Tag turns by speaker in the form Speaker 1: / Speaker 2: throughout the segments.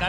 Speaker 1: The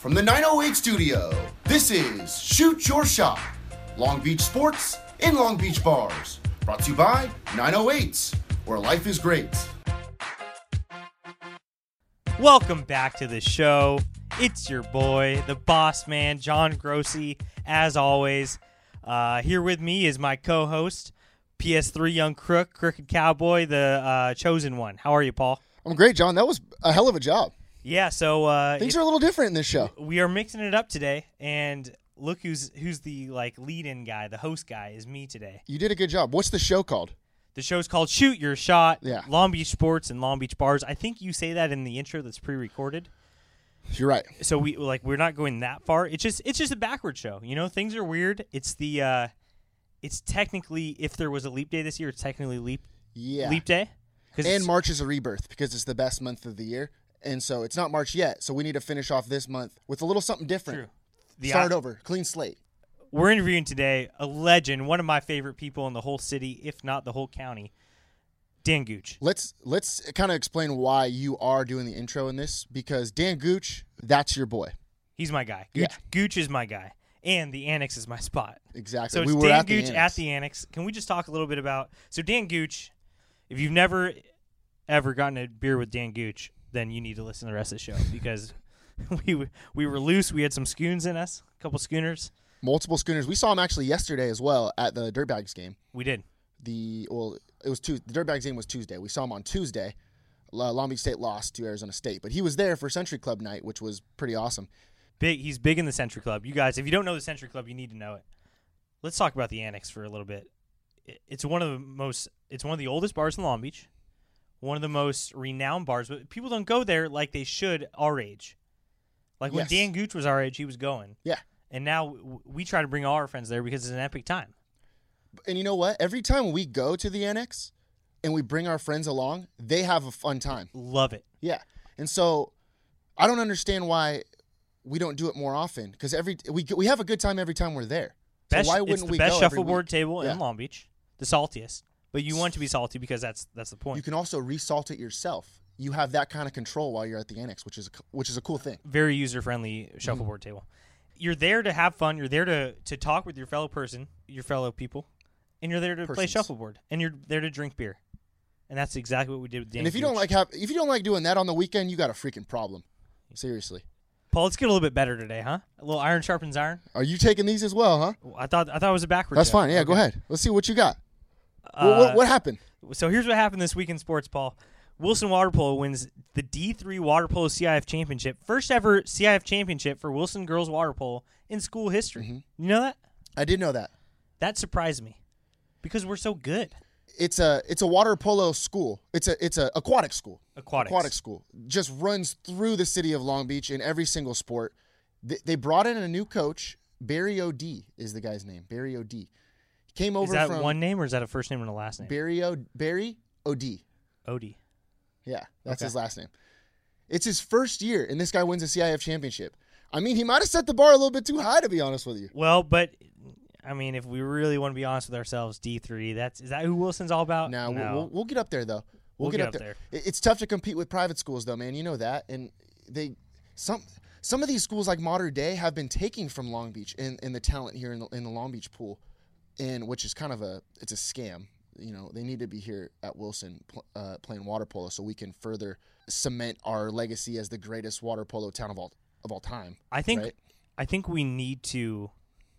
Speaker 2: from the 908 studio, this is Shoot Your Shot Long Beach Sports in Long Beach Bars. Brought to you by 908s, where life is great.
Speaker 3: Welcome back to the show. It's your boy, the boss man, John Grossi, as always. Uh, here with me is my co host, PS3 Young Crook, Crooked Cowboy, the uh, chosen one. How are you, Paul?
Speaker 4: I'm great, John. That was a hell of a job.
Speaker 3: Yeah, so uh,
Speaker 4: Things are a little different in this show.
Speaker 3: we are mixing it up today, and look who's who's the like lead in guy, the host guy is me today.
Speaker 4: You did a good job. What's the show called?
Speaker 3: The show's called Shoot Your Shot,
Speaker 4: Yeah.
Speaker 3: Long Beach Sports and Long Beach Bars. I think you say that in the intro that's pre recorded.
Speaker 4: You're right.
Speaker 3: so we like we're not going that far. It's just it's just a backward show. You know, things are weird. It's the uh it's technically if there was a leap day this year, it's technically leap
Speaker 4: Yeah.
Speaker 3: leap day. 'Cause
Speaker 4: and
Speaker 3: it's-
Speaker 4: March is a rebirth because it's the best month of the year. And so it's not March yet. So we need to finish off this month with a little something different.
Speaker 3: True. the
Speaker 4: Start over. Clean slate.
Speaker 3: we're interviewing today a legend, one of my favorite people in the whole city, if not the whole county, Dan Gooch.
Speaker 4: Let's let's kind of explain why you are doing the intro in this because Dan Gooch, that's your boy.
Speaker 3: He's my guy. Gooch,
Speaker 4: Yeah.
Speaker 3: Gooch is my guy, and the annex is my spot.
Speaker 4: Exactly.
Speaker 3: So it's
Speaker 4: we were
Speaker 3: Dan
Speaker 4: at the
Speaker 3: Gooch
Speaker 4: Annex.
Speaker 3: at the annex. Can we just talk a little bit about so Dan Gooch? If you've never ever gotten a beer with Dan Gooch, then you need to listen to the rest of the show because we were- we were loose. We had some schoons in us, a couple schooners.
Speaker 4: multiple schooners. We saw him actually yesterday as well at the Dirtbags game.
Speaker 3: We did.
Speaker 4: the well, it was Tuesday. The Dirtbags game was Tuesday. We saw him on Tuesday. La- Long Beach State lost to Arizona State, but he was there for Century Club night, which was pretty awesome.
Speaker 3: Big. He's big in the Century Club. You guys, if you don't know the Century Club, you need to know it. Let's talk about the annex for a little bit. I- It's one of the most. It's one of the oldest bars in Long Beach. One of the most renowned bars, but people don't go there like they should our age. Like when
Speaker 4: Yes.
Speaker 3: Dan Gooch was our age, he was going.
Speaker 4: Yeah,
Speaker 3: and now w- we try to bring all our friends there because it's an epic time.
Speaker 4: and you know what? Every time we go to the annex and we bring our friends along, they have a fun time.
Speaker 3: Love it.
Speaker 4: Yeah, and so I don't understand why we don't do it more often because every we we have a good time every time we're there. So
Speaker 3: Best,
Speaker 4: why
Speaker 3: it's
Speaker 4: wouldn't
Speaker 3: the
Speaker 4: we
Speaker 3: best
Speaker 4: go every
Speaker 3: shuffleboard
Speaker 4: week?
Speaker 3: table
Speaker 4: Yeah.
Speaker 3: in Long Beach, the saltiest. But you want to be salty because that's that's the point.
Speaker 4: You can also resalt it yourself. You have that kind of control while you're at the annex, which is a, co- which is a cool thing.
Speaker 3: Very user friendly shuffleboard table. You're there to have fun. You're there to to talk with your fellow person, your fellow people, and you're there to play
Speaker 4: Persons.
Speaker 3: shuffleboard. And you're there to drink beer, and that's exactly what we did with Dan.
Speaker 4: And if you don't
Speaker 3: Gooch.
Speaker 4: like have, if you don't like doing that on the weekend, you got a freaking problem. Seriously.
Speaker 3: Paul, let's get a little bit better today, huh? A little iron sharpens iron.
Speaker 4: Are you taking these as well, huh?
Speaker 3: I thought I thought it was a backward.
Speaker 4: That's
Speaker 3: joke.
Speaker 4: fine. Yeah, go ahead. Let's see what you got. What-
Speaker 3: Uh,
Speaker 4: what, what happened?
Speaker 3: So here's what happened this week in sports, Paul. Wilson Water Polo wins the D3 Water Polo CIF Championship, first ever CIF Championship for Wilson girls water polo in school history.
Speaker 4: Mm-hmm.
Speaker 3: You know that?
Speaker 4: I did know that.
Speaker 3: That surprised me because we're so good.
Speaker 4: It's a it's a water polo school. It's a it's a aquatic school.
Speaker 3: Aquatics.
Speaker 4: Aquatic school just runs through the city of Long Beach in every single sport. They, they brought in a new coach. Barry Od is the guy's name. Barry Od came
Speaker 3: Is
Speaker 4: over
Speaker 3: that
Speaker 4: from
Speaker 3: one name or is that a first name and a last name?
Speaker 4: Barry O Barry Od.
Speaker 3: Odie.
Speaker 4: Yeah, that's
Speaker 3: Okay.
Speaker 4: his last name. It's his first year, and this guy wins a CIF championship. I mean, he might have set the bar a little bit too high, to be honest with you.
Speaker 3: Well, but I mean, if we really want to be honest with ourselves, D3. That's is that who Wilson's all about?
Speaker 4: Now
Speaker 3: no.
Speaker 4: we'll, we'll, we'll get up there though. We'll, get, up there. It- It's tough to compete with private schools, though, man. You know that, and they some some of these schools like Modern Day have been taking from Long Beach and, and the talent here in the, in the Long Beach pool, and which is kind of a it's a scam. You know, they need to be here at Wilson pl- uh, playing water polo so we can further cement our legacy as the greatest water polo town of all of all time.
Speaker 3: I think
Speaker 4: right?
Speaker 3: I think we need to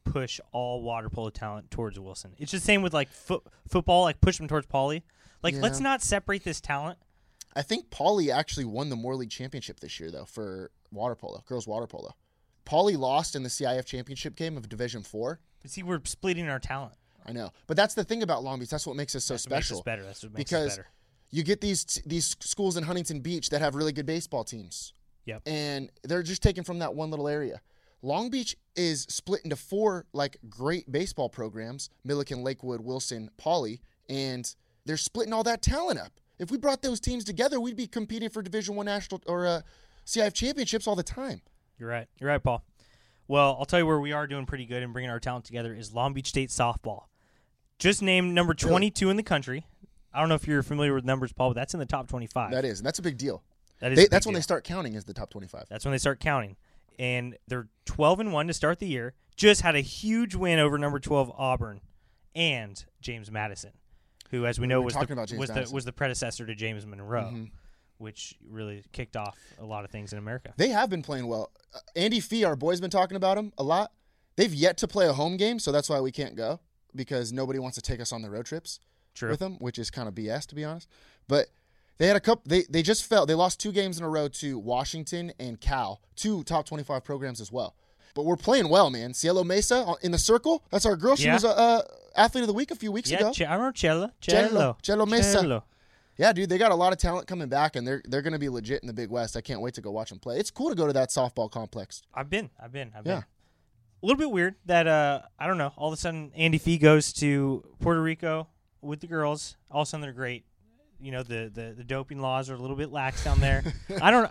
Speaker 3: push all water polo talent towards Wilson. It's just same with like foot football, like push them towards Pauly. Like let's
Speaker 4: Yeah.
Speaker 3: not separate this talent.
Speaker 4: I think Pauly actually won the Moore League Championship this year, though, for water polo, girls water polo. Pauly lost in the CIF Championship game of Division Four.
Speaker 3: But see, we're splitting our talent.
Speaker 4: I know, but that's the thing about Long Beach. That's what makes us so
Speaker 3: That's what makes us
Speaker 4: special.
Speaker 3: better. That's what makes us
Speaker 4: because
Speaker 3: better.
Speaker 4: you get these these schools in Huntington Beach that have really good baseball teams,
Speaker 3: Yep.
Speaker 4: and they're just taken from that one little area. Long Beach is split into four like great baseball programs: Milliken, Lakewood, Wilson, Pauley, and they're splitting all that talent up. If we brought those teams together, we'd be competing for Division One national or uh, CIF championships all the time.
Speaker 3: You're right. You're right, Paul. Well, I'll tell you where we are doing pretty good and bringing our talent together is Long Beach State softball. Just named number 22 in the country. I don't know if you're familiar with numbers, Paul, but that's in the top 25.
Speaker 4: That is, and that's a big deal.
Speaker 3: That
Speaker 4: They,
Speaker 3: a big
Speaker 4: that's when
Speaker 3: deal.
Speaker 4: they start counting as the top twenty-five.
Speaker 3: That's when they start counting. And they're 12 and 1 to start the year. Just had a huge win over number 12 Auburn and James Madison, who as we know
Speaker 4: were
Speaker 3: was
Speaker 4: talking
Speaker 3: the,
Speaker 4: about James
Speaker 3: was the
Speaker 4: Madison. Mm-hmm.
Speaker 3: was the predecessor to James Monroe, which really kicked off a lot of things in America.
Speaker 4: They have been playing well. Uh, Andy Fee, our boy's been talking about him a lot. They've yet to play a home game, so that's why we can't go because nobody wants to take us on the road trips
Speaker 3: True.
Speaker 4: with them, which is kind of BS to be honest. But they had a couple. They they just fell. They lost two games in a row to Washington and Cal, two top twenty-five programs as well. But we're playing well, man. Cielo Mesa uh, in the circle. That's our girl. She
Speaker 3: Yeah.
Speaker 4: was a uh, athlete of the week a few weeks
Speaker 3: yeah,
Speaker 4: ago.
Speaker 3: Che- I remember Cello.
Speaker 4: Cello.
Speaker 3: Cello.
Speaker 4: Cello Mesa.
Speaker 3: Cello.
Speaker 4: Yeah, dude, they got a lot of talent coming back, and they're they're going to be legit in the Big West. I can't wait to go watch them play. It's cool to go to that softball complex.
Speaker 3: I've been. I've been. I've
Speaker 4: Yeah.
Speaker 3: been. A little bit weird that uh I don't know. All of a sudden, Andy Fee goes to Puerto Rico with the girls. All of a sudden, they're great. You know the the, the doping laws are a little bit lax down there. I don't.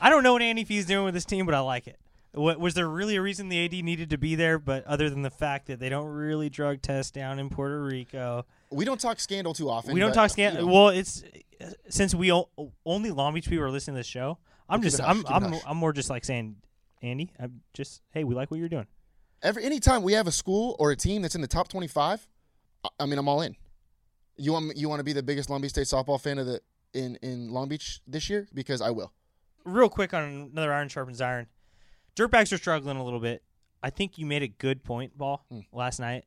Speaker 3: I don't know what Andy Fee's doing with this team, but I like it. What, was there really a reason the AD needed to be there? But other than the fact that they don't really drug test down in Puerto Rico,
Speaker 4: We don't talk scandal too often.
Speaker 3: we don't
Speaker 4: but,
Speaker 3: talk scandal.
Speaker 4: you know,
Speaker 3: Well, it's since we o- only Long Beach people are listening to this show. I'm
Speaker 4: Keep it
Speaker 3: just
Speaker 4: hush,
Speaker 3: I'm
Speaker 4: keep it
Speaker 3: I'm,
Speaker 4: hush.
Speaker 3: I'm more just like saying, Andy, I'm just hey, we like what you're doing.
Speaker 4: every anytime we have a school or a team that's in the top twenty-five, I, I mean, I'm all in. You want you want to be the biggest Long Beach State softball fan of the in in Long Beach this year because I will.
Speaker 3: Real quick on another iron sharpens iron. Dirtbags are struggling a little bit. I think you made a good point, Ball,
Speaker 4: Hmm.
Speaker 3: last night.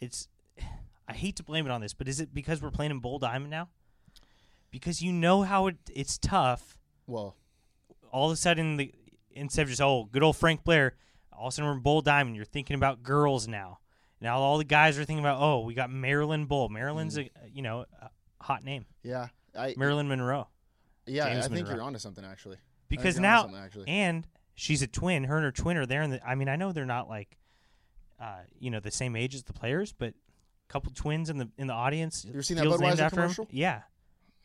Speaker 3: It's I hate to blame it on this, but is it because we're playing in Bowl Diamond now? Because you know how it, it's tough.
Speaker 4: Well,
Speaker 3: all of a sudden the instead of just oh good old Frank Blair, all of a sudden we're in Bowl Diamond. You're thinking about girls now. Now all the guys are thinking about oh we got Maryland Bowl. Maryland's
Speaker 4: Mm.
Speaker 3: a you know a hot name.
Speaker 4: yeah, I
Speaker 3: Marilyn Monroe
Speaker 4: yeah, I
Speaker 3: James
Speaker 4: think
Speaker 3: Monroe.
Speaker 4: you're onto something actually.
Speaker 3: because
Speaker 4: you're onto something,
Speaker 3: now
Speaker 4: actually.
Speaker 3: and she's a twin. Her and her twin are there. And the, I mean I know they're not like uh, you know the same age as the players, but a couple twins in the in the audience. You
Speaker 4: ever seen that Budweiser commercial?
Speaker 3: Yeah.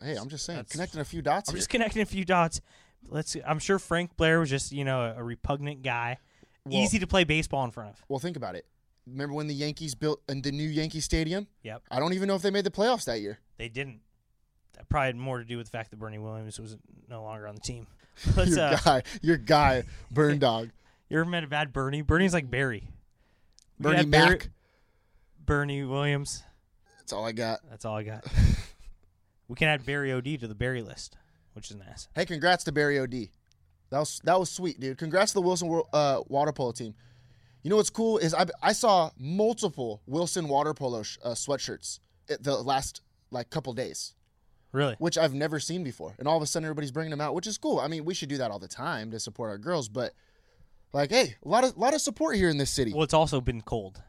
Speaker 4: Hey, I'm just saying,
Speaker 3: That's-
Speaker 4: connecting a few dots.
Speaker 3: I'm
Speaker 4: here.
Speaker 3: just connecting a few dots. Let's. I'm sure Frank Blair was just you know a, a repugnant guy,
Speaker 4: Well-
Speaker 3: easy to play baseball in front of.
Speaker 4: Well, think about it. Remember when the Yankees built uh, the new Yankee Stadium?
Speaker 3: Yep,
Speaker 4: I don't even know if they made the playoffs that year.
Speaker 3: they didn't. That probably had more to do with the fact that Bernie Williams was no longer on the team. Let's,
Speaker 4: your
Speaker 3: uh,
Speaker 4: guy, your guy, Burn Dog,
Speaker 3: you ever met a bad Bernie? Bernie's like Barry. We
Speaker 4: Bernie
Speaker 3: had Barry-
Speaker 4: Mac.
Speaker 3: Bernie Williams.
Speaker 4: That's all I got.
Speaker 3: That's all I got. we can add Barry OD to the Barry list, which is nice.
Speaker 4: Hey, congrats to Barry Od. That was that was sweet, dude. Congrats to the Wilson Wor- uh, water polo team. You know what's cool is I, I saw multiple Wilson water polo sh- uh, sweatshirts at the last like couple days,
Speaker 3: Really,
Speaker 4: which I've never seen before. And all of a sudden, everybody's bringing them out, which is cool. I mean, we should do that all the time to support our girls, but like, hey, a lot of lot of support here in this city.
Speaker 3: well, it's also been cold.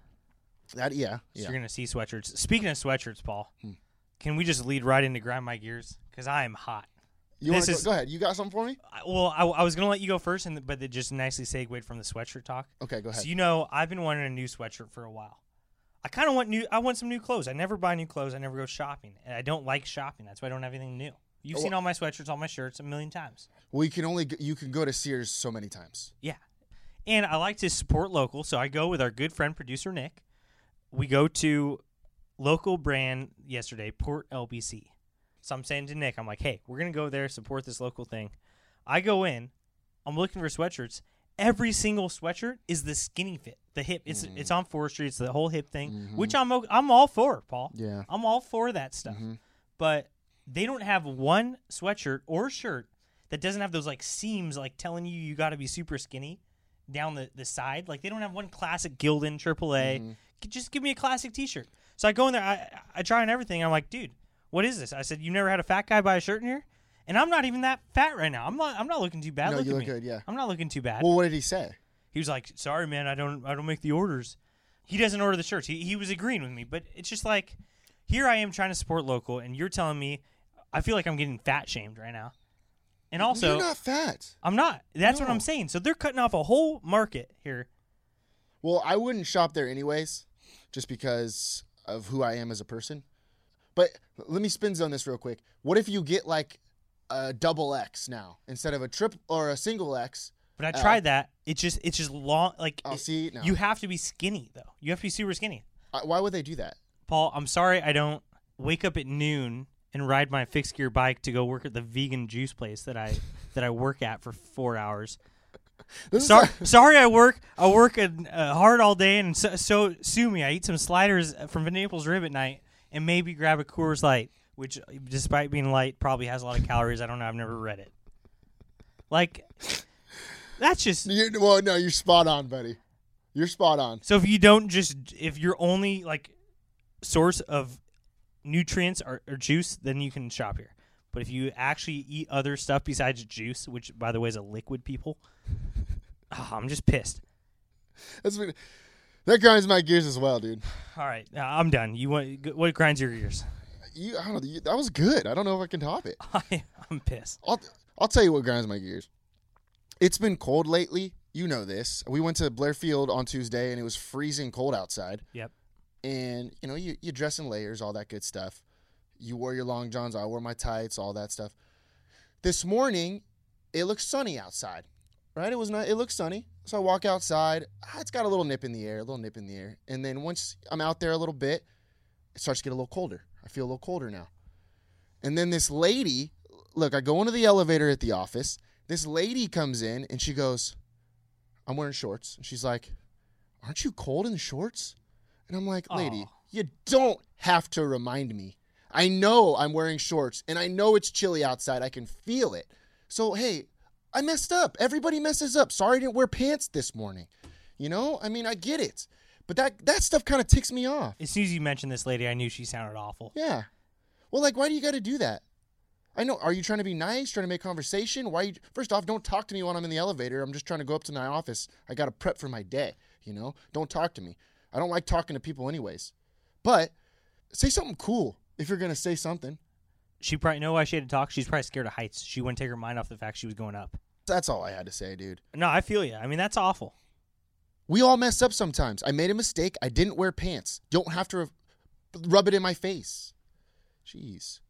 Speaker 4: that yeah,
Speaker 3: So
Speaker 4: yeah. Hmm.
Speaker 3: you're gonna see sweatshirts. Speaking of sweatshirts, Paul, can we just lead right into grind my gears? Because I am hot.
Speaker 4: You wanna
Speaker 3: this
Speaker 4: go,
Speaker 3: is- Uh,
Speaker 4: go ahead. You got something for me?
Speaker 3: I, well, I, I was gonna let you go first, and but it just nicely segued from the sweatshirt talk.
Speaker 4: Okay, go ahead.
Speaker 3: So you know, I've been wanting a new sweatshirt for a while. I kind of want new. I want some new clothes. I never buy new clothes. I never go shopping, and I don't like shopping. That's why I don't have anything new. You've
Speaker 4: Oh,
Speaker 3: seen all my sweatshirts, all my shirts, a million times.
Speaker 4: Well, you can only g- you can go to Sears so many times.
Speaker 3: Yeah. And I like to support local, so I go with our good friend producer Nick. We go to local brand yesterday, Port LBC. So I'm saying to Nick, I'm like, hey, we're gonna go there, support this local thing. I go in, I'm looking for sweatshirts. Every single sweatshirt is the skinny fit, the hip. It's it's on forestry. It's the whole hip thing, which I'm o- I'm all for, Paul.
Speaker 4: Yeah.
Speaker 3: I'm all for that stuff. But they don't have one sweatshirt or shirt that doesn't have those like seams, like telling you you got to be super skinny down the, the side. Like they don't have one classic Gildan AAA.
Speaker 4: Mm-hmm.
Speaker 3: G- Just give me a classic T-shirt. So I go in there. I I try on everything. I'm like, dude, what is this? I said, you never had a fat guy buy a shirt in here, and I'm not even that fat right now. I'm not. I'm not looking too bad.
Speaker 4: No,
Speaker 3: look
Speaker 4: you
Speaker 3: at
Speaker 4: look
Speaker 3: me.
Speaker 4: good, yeah.
Speaker 3: I'm not looking too bad.
Speaker 4: Well, what did he say?
Speaker 3: he was like, sorry, man, I don't. I don't make the orders. He doesn't order the shirts. He he was agreeing with me, but it's just like, here I am trying to support local, and you're telling me, I feel like I'm getting fat shamed right now. And also,
Speaker 4: You're not fat.
Speaker 3: I'm not. That's what I'm
Speaker 4: No.
Speaker 3: saying. So they're cutting off a whole market here.
Speaker 4: Well, I wouldn't shop there anyways, just because of who I am as a person. But let me spin zone this real quick. What if you get like a double X now instead of a triple or a single X?
Speaker 3: But I tried that. It's just it's just long. Like
Speaker 4: Uh, I'll
Speaker 3: it-
Speaker 4: see, no.
Speaker 3: You have to be skinny though. You have to be super skinny.
Speaker 4: Uh, Why would they do that?
Speaker 3: Paul, I'm sorry I don't wake up at noon and ride my fixed gear bike to go work at the vegan juice place that I that I work at for four hours.
Speaker 4: This is
Speaker 3: Sorry,
Speaker 4: like-
Speaker 3: sorry, I work I work uh, uh, hard all day, and so, so sue me. I eat some sliders uh, from Naples Rib at night, and maybe grab a Coors Light, which, uh, despite being light, probably has a lot of calories. I don't know. I've never read it. Like, that's just
Speaker 4: You're- well, no, you're spot on, buddy. You're spot on.
Speaker 3: so if you don't just if your only like source of nutrients are, are juice, then you can shop here. But if you actually eat other stuff besides juice, which by the way is a liquid, people, Ah, I'm just pissed.
Speaker 4: That's what- that grinds my gears as well, dude.
Speaker 3: All right, uh, I'm done. You want what grinds your gears?
Speaker 4: You, I don't know. You, that was good. I don't know if I can top it.
Speaker 3: I, I'm pissed.
Speaker 4: I'll I'll tell you what grinds my gears. It's been cold lately. You know this. We went to Blair Field on Tuesday and it was freezing cold outside.
Speaker 3: Yep.
Speaker 4: And you know, you, you dress in layers, all that good stuff. You wore your long johns, I wore my tights, all that stuff. This morning, it looked sunny outside. Right? It was not it looked sunny. So I walk outside. Ah, It's got a little nip in the air, a little nip in the air. And then once I'm out there a little bit, it starts to get a little colder. I feel a little colder now. And then this lady, look, I go into the elevator at the office. This lady comes in and she goes, I'm wearing shorts. And she's like, Aren't you cold in shorts? And I'm like, Lady,
Speaker 3: Aw.
Speaker 4: you don't have to remind me. I know I'm wearing shorts and I know it's chilly outside. I can feel it. So, hey, I messed up. Everybody messes up. Sorry I didn't wear pants this morning. You know, I mean, I get it. But that, that stuff kind of ticks me off.
Speaker 3: As soon as you mentioned this lady, I knew she sounded awful.
Speaker 4: Yeah. Well, like, why do you got to do that? I know. Are you trying to be nice? Trying to make conversation? Why? You, first off, don't talk to me when I'm in the elevator. I'm just trying to go up to my office. I got to prep for my day. You know, don't talk to me. I don't like talking to people, anyways. But say something cool if you're gonna say something.
Speaker 3: She probably know why she had to talk. She's probably scared of heights. She wouldn't take her mind off the fact she was going up.
Speaker 4: That's all I had to say, dude.
Speaker 3: No, I feel you. I mean, that's awful.
Speaker 4: We all mess up sometimes. I made a mistake. I didn't wear pants. Don't have to r- rub it in my face. Jeez.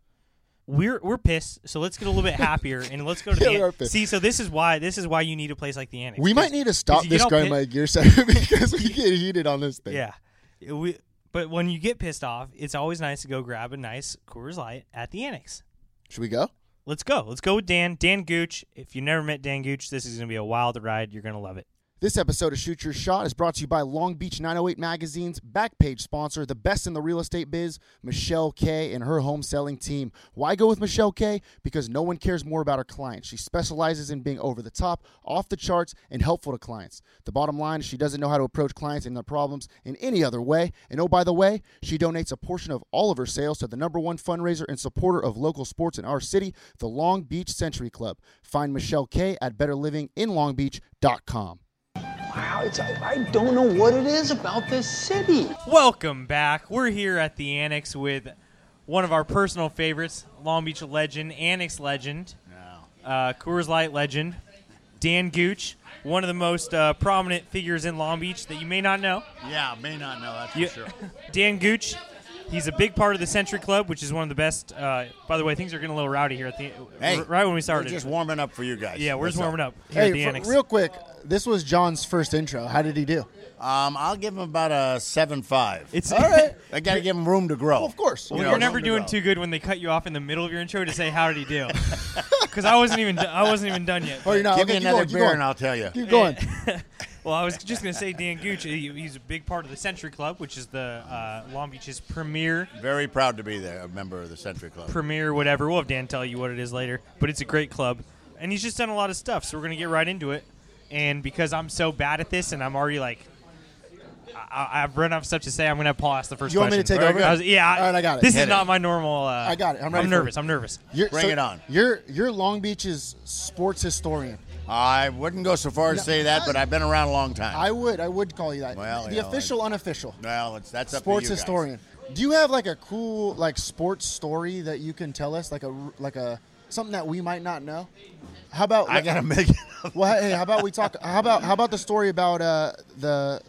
Speaker 3: we're we're pissed. So let's get a little bit happier and let's go to
Speaker 4: Yeah,
Speaker 3: the
Speaker 4: we are
Speaker 3: An-
Speaker 4: pissed.
Speaker 3: see. So this is why this is why you need a place like the annex.
Speaker 4: We
Speaker 3: 'Cause-
Speaker 4: might need to
Speaker 3: 'cause
Speaker 4: stop
Speaker 3: you
Speaker 4: this
Speaker 3: get all
Speaker 4: guy
Speaker 3: pissed-
Speaker 4: my gear setter because we get heated on this thing.
Speaker 3: Yeah, It- we, but when you get pissed off, it's always nice to go grab a nice Coors Light at the annex.
Speaker 4: Should we go?
Speaker 3: Let's go. Let's go with Dan. Dan Gooch. If you never met Dan Gooch, this is gonna be a wild ride. You're gonna love it.
Speaker 4: This episode of Shoot Your Shot is brought to you by Long Beach 908 Magazine's backpage sponsor, the best in the real estate biz, Michelle K and her home selling team. Why go with Michelle K? Because no one cares more about her clients. She specializes in being over the top, off the charts, and helpful to clients. The bottom line is she doesn't know how to approach clients and their problems in any other way. And oh, by the way, she donates a portion of all of her sales to the number one fundraiser and supporter of local sports in our city, the Long Beach Century Club. Find Michelle K at betterlivinginlongbeach.com.
Speaker 5: Wow, it's, I, I don't know what it is about this city.
Speaker 3: Welcome back. We're here at the annex with one of our personal favorites, Long Beach legend, annex legend, uh, Coors Light legend, Dan Gooch, one of the most uh, prominent figures in Long Beach that you may not know.
Speaker 6: Yeah, may not know that's
Speaker 3: You-
Speaker 6: for sure.
Speaker 3: Dan Gooch, he's a big part of the Century Club, which is one of the best. Uh, by the way, things are getting a little rowdy here at the r- right when we started.
Speaker 6: we're just warming up for you guys.
Speaker 3: yeah, we're just
Speaker 6: What's
Speaker 3: warming up here at the
Speaker 4: Hey,
Speaker 3: annex.
Speaker 4: for, real quick, this was John's first intro. How did he do?
Speaker 6: Um, I'll give him about a seven-five.
Speaker 3: It's
Speaker 4: All right.
Speaker 6: I got to give him room to grow.
Speaker 4: Well, of course.
Speaker 3: Well,
Speaker 6: Yeah,
Speaker 3: you're
Speaker 6: it's
Speaker 3: never
Speaker 6: on the
Speaker 3: doing
Speaker 6: ground.
Speaker 3: too good when they cut you off in the middle of your intro to say how did he do, because I wasn't even do- I wasn't even done yet.
Speaker 4: Oh, you're not.
Speaker 6: Give
Speaker 4: okay,
Speaker 6: me
Speaker 4: keep
Speaker 6: another
Speaker 4: going, keep
Speaker 6: beer
Speaker 4: going.
Speaker 6: and I'll tell you.
Speaker 4: Keep going.
Speaker 3: Well, I was just gonna say Dan Gooch. he- He's a big part of the Century Club, which is the uh, Long Beach's premier
Speaker 6: Very proud to be there, a member of the Century Club.
Speaker 3: premier whatever. We'll have Dan tell you what it is later, but it's a great club, and he's just done a lot of stuff. So we're gonna get right into it. And because I'm so bad at this, and I'm already like, I, I- I've run out of stuff to say. I'm gonna have Paul ask the first.
Speaker 4: You want me
Speaker 3: question.
Speaker 4: to take over?
Speaker 3: I was- yeah.
Speaker 4: All right, I got it.
Speaker 3: This
Speaker 4: Hit
Speaker 3: is
Speaker 6: it.
Speaker 3: not my normal. Uh,
Speaker 4: I got it. I'm ready for
Speaker 3: I'm nervous. I'm nervous.
Speaker 4: You're-
Speaker 6: Bring it on.
Speaker 4: You're you're Long Beach's sports historian.
Speaker 6: I wouldn't go so far as to say that, but I've been around a long time.
Speaker 4: I would I would call you that.
Speaker 6: Well,
Speaker 4: the
Speaker 6: you know,
Speaker 4: official, unofficial
Speaker 6: well, it's, that's up
Speaker 4: sports
Speaker 6: to you guys.
Speaker 4: historian. Do you have like a cool like sports story that you can tell us, like a r- like a something that we might not know? How about
Speaker 6: I gotta make it up.
Speaker 4: well, hey, how about we talk? How about how about the story about uh, the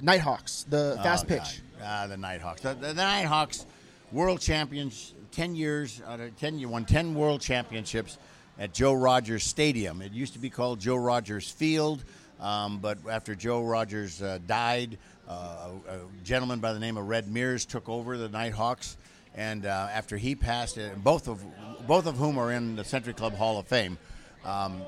Speaker 4: Nighthawks, the fast
Speaker 6: Oh,
Speaker 4: pitch?
Speaker 6: God. Ah, the Nighthawks. The, the, the Nighthawks, world champions, ten years, out of ten, you won ten world championships at Joe Rogers Stadium. It used to be called Joe Rogers Field, um, but after Joe Rogers uh, died, uh, a, a gentleman by the name of Red Mears took over the Nighthawks, and uh, after he passed, uh, both of both of whom are in the Century Club Hall of Fame. Um,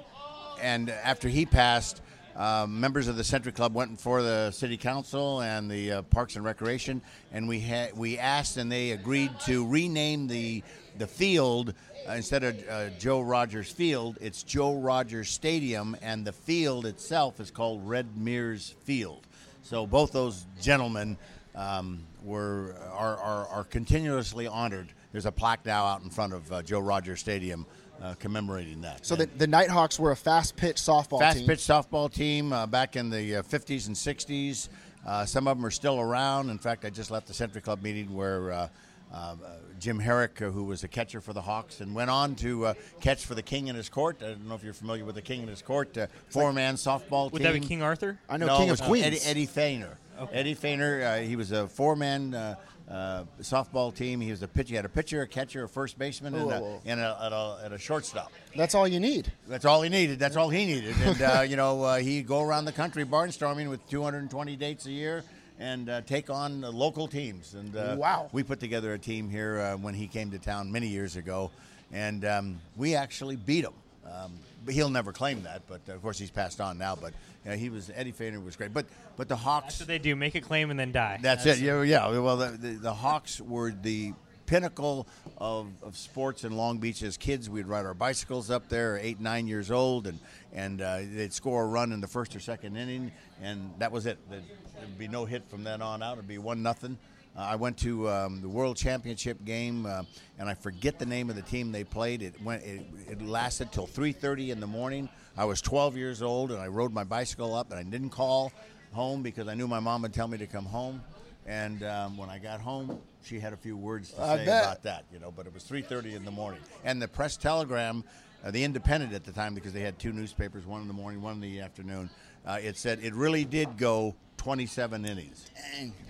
Speaker 6: and after he passed, uh, members of the Century Club went before the City Council and the uh, Parks and Recreation, and we had we asked, and they agreed to rename the the field uh, instead of uh, Joe Rogers Field, it's Joe Rogers Stadium, and the field itself is called Red Mears Field. So both those gentlemen um, were are, are, are continuously honored. There's a plaque now out in front of uh, Joe Rogers Stadium uh, commemorating that.
Speaker 4: So
Speaker 6: And-
Speaker 4: the, the Nighthawks were a fast pitch softball
Speaker 6: fast
Speaker 4: team.
Speaker 6: pitch softball team uh, back in the uh, 50s and 60s. Uh, some of them are still around. In fact, I just left the Century Club meeting where uh, uh, Jim Herrick, uh, who was the catcher for the Hawks and went on to uh, catch for the King and his Court. I don't know if you're familiar with the King and his Court, uh, four man softball
Speaker 3: Would
Speaker 6: team.
Speaker 3: that be King Arthur?
Speaker 4: I know
Speaker 6: No,
Speaker 4: King
Speaker 6: it
Speaker 4: of
Speaker 6: was
Speaker 4: Queens.
Speaker 6: Eddie, Eddie Fainer. Eddie Fainer, uh, he was a four-man uh, uh, softball team. He was a pitcher. He had a pitcher, a catcher, a first baseman, and,
Speaker 4: Whoa,
Speaker 6: a,
Speaker 4: whoa.
Speaker 6: and a, and a, and a shortstop.
Speaker 4: That's all you need.
Speaker 6: That's all he needed. That's all he needed. And uh, you know, uh, he'd go around the country barnstorming with 220 dates a year and uh, take on uh, local teams. And uh,
Speaker 4: Wow.
Speaker 6: we put together a team here uh, when he came to town many years ago, and um, we actually beat him. Um, but he'll never claim that, but uh, of course he's passed on now. But uh, he was Eddie Fainer was great. But but the Hawks.
Speaker 3: That's what they do. Make a claim and then die.
Speaker 6: That's, it. Yeah, yeah. Well, the, the, the Hawks were the pinnacle of, of sports in Long Beach as kids. We'd ride our bicycles up there, eight, nine years old, and and uh, they'd score a run in the first or second inning, and that was it. There'd, there'd be no hit from then on out. It'd be one nothing. Uh, I went to um, the World Championship game, uh, and I forget the name of the team they played. It went. It, it lasted till 3:30 in the morning. I was 12 years old, and I rode my bicycle up, and I didn't call home because I knew my mom would tell me to come home. And um, when I got home, she had a few words to
Speaker 4: I
Speaker 6: say
Speaker 4: bet.
Speaker 6: about that, you know. But it was 3:30 in the morning, and the Press Telegram, uh, the Independent at the time, because they had two newspapers, one in the morning, one in the afternoon. Uh, it said it really did go 27 innings.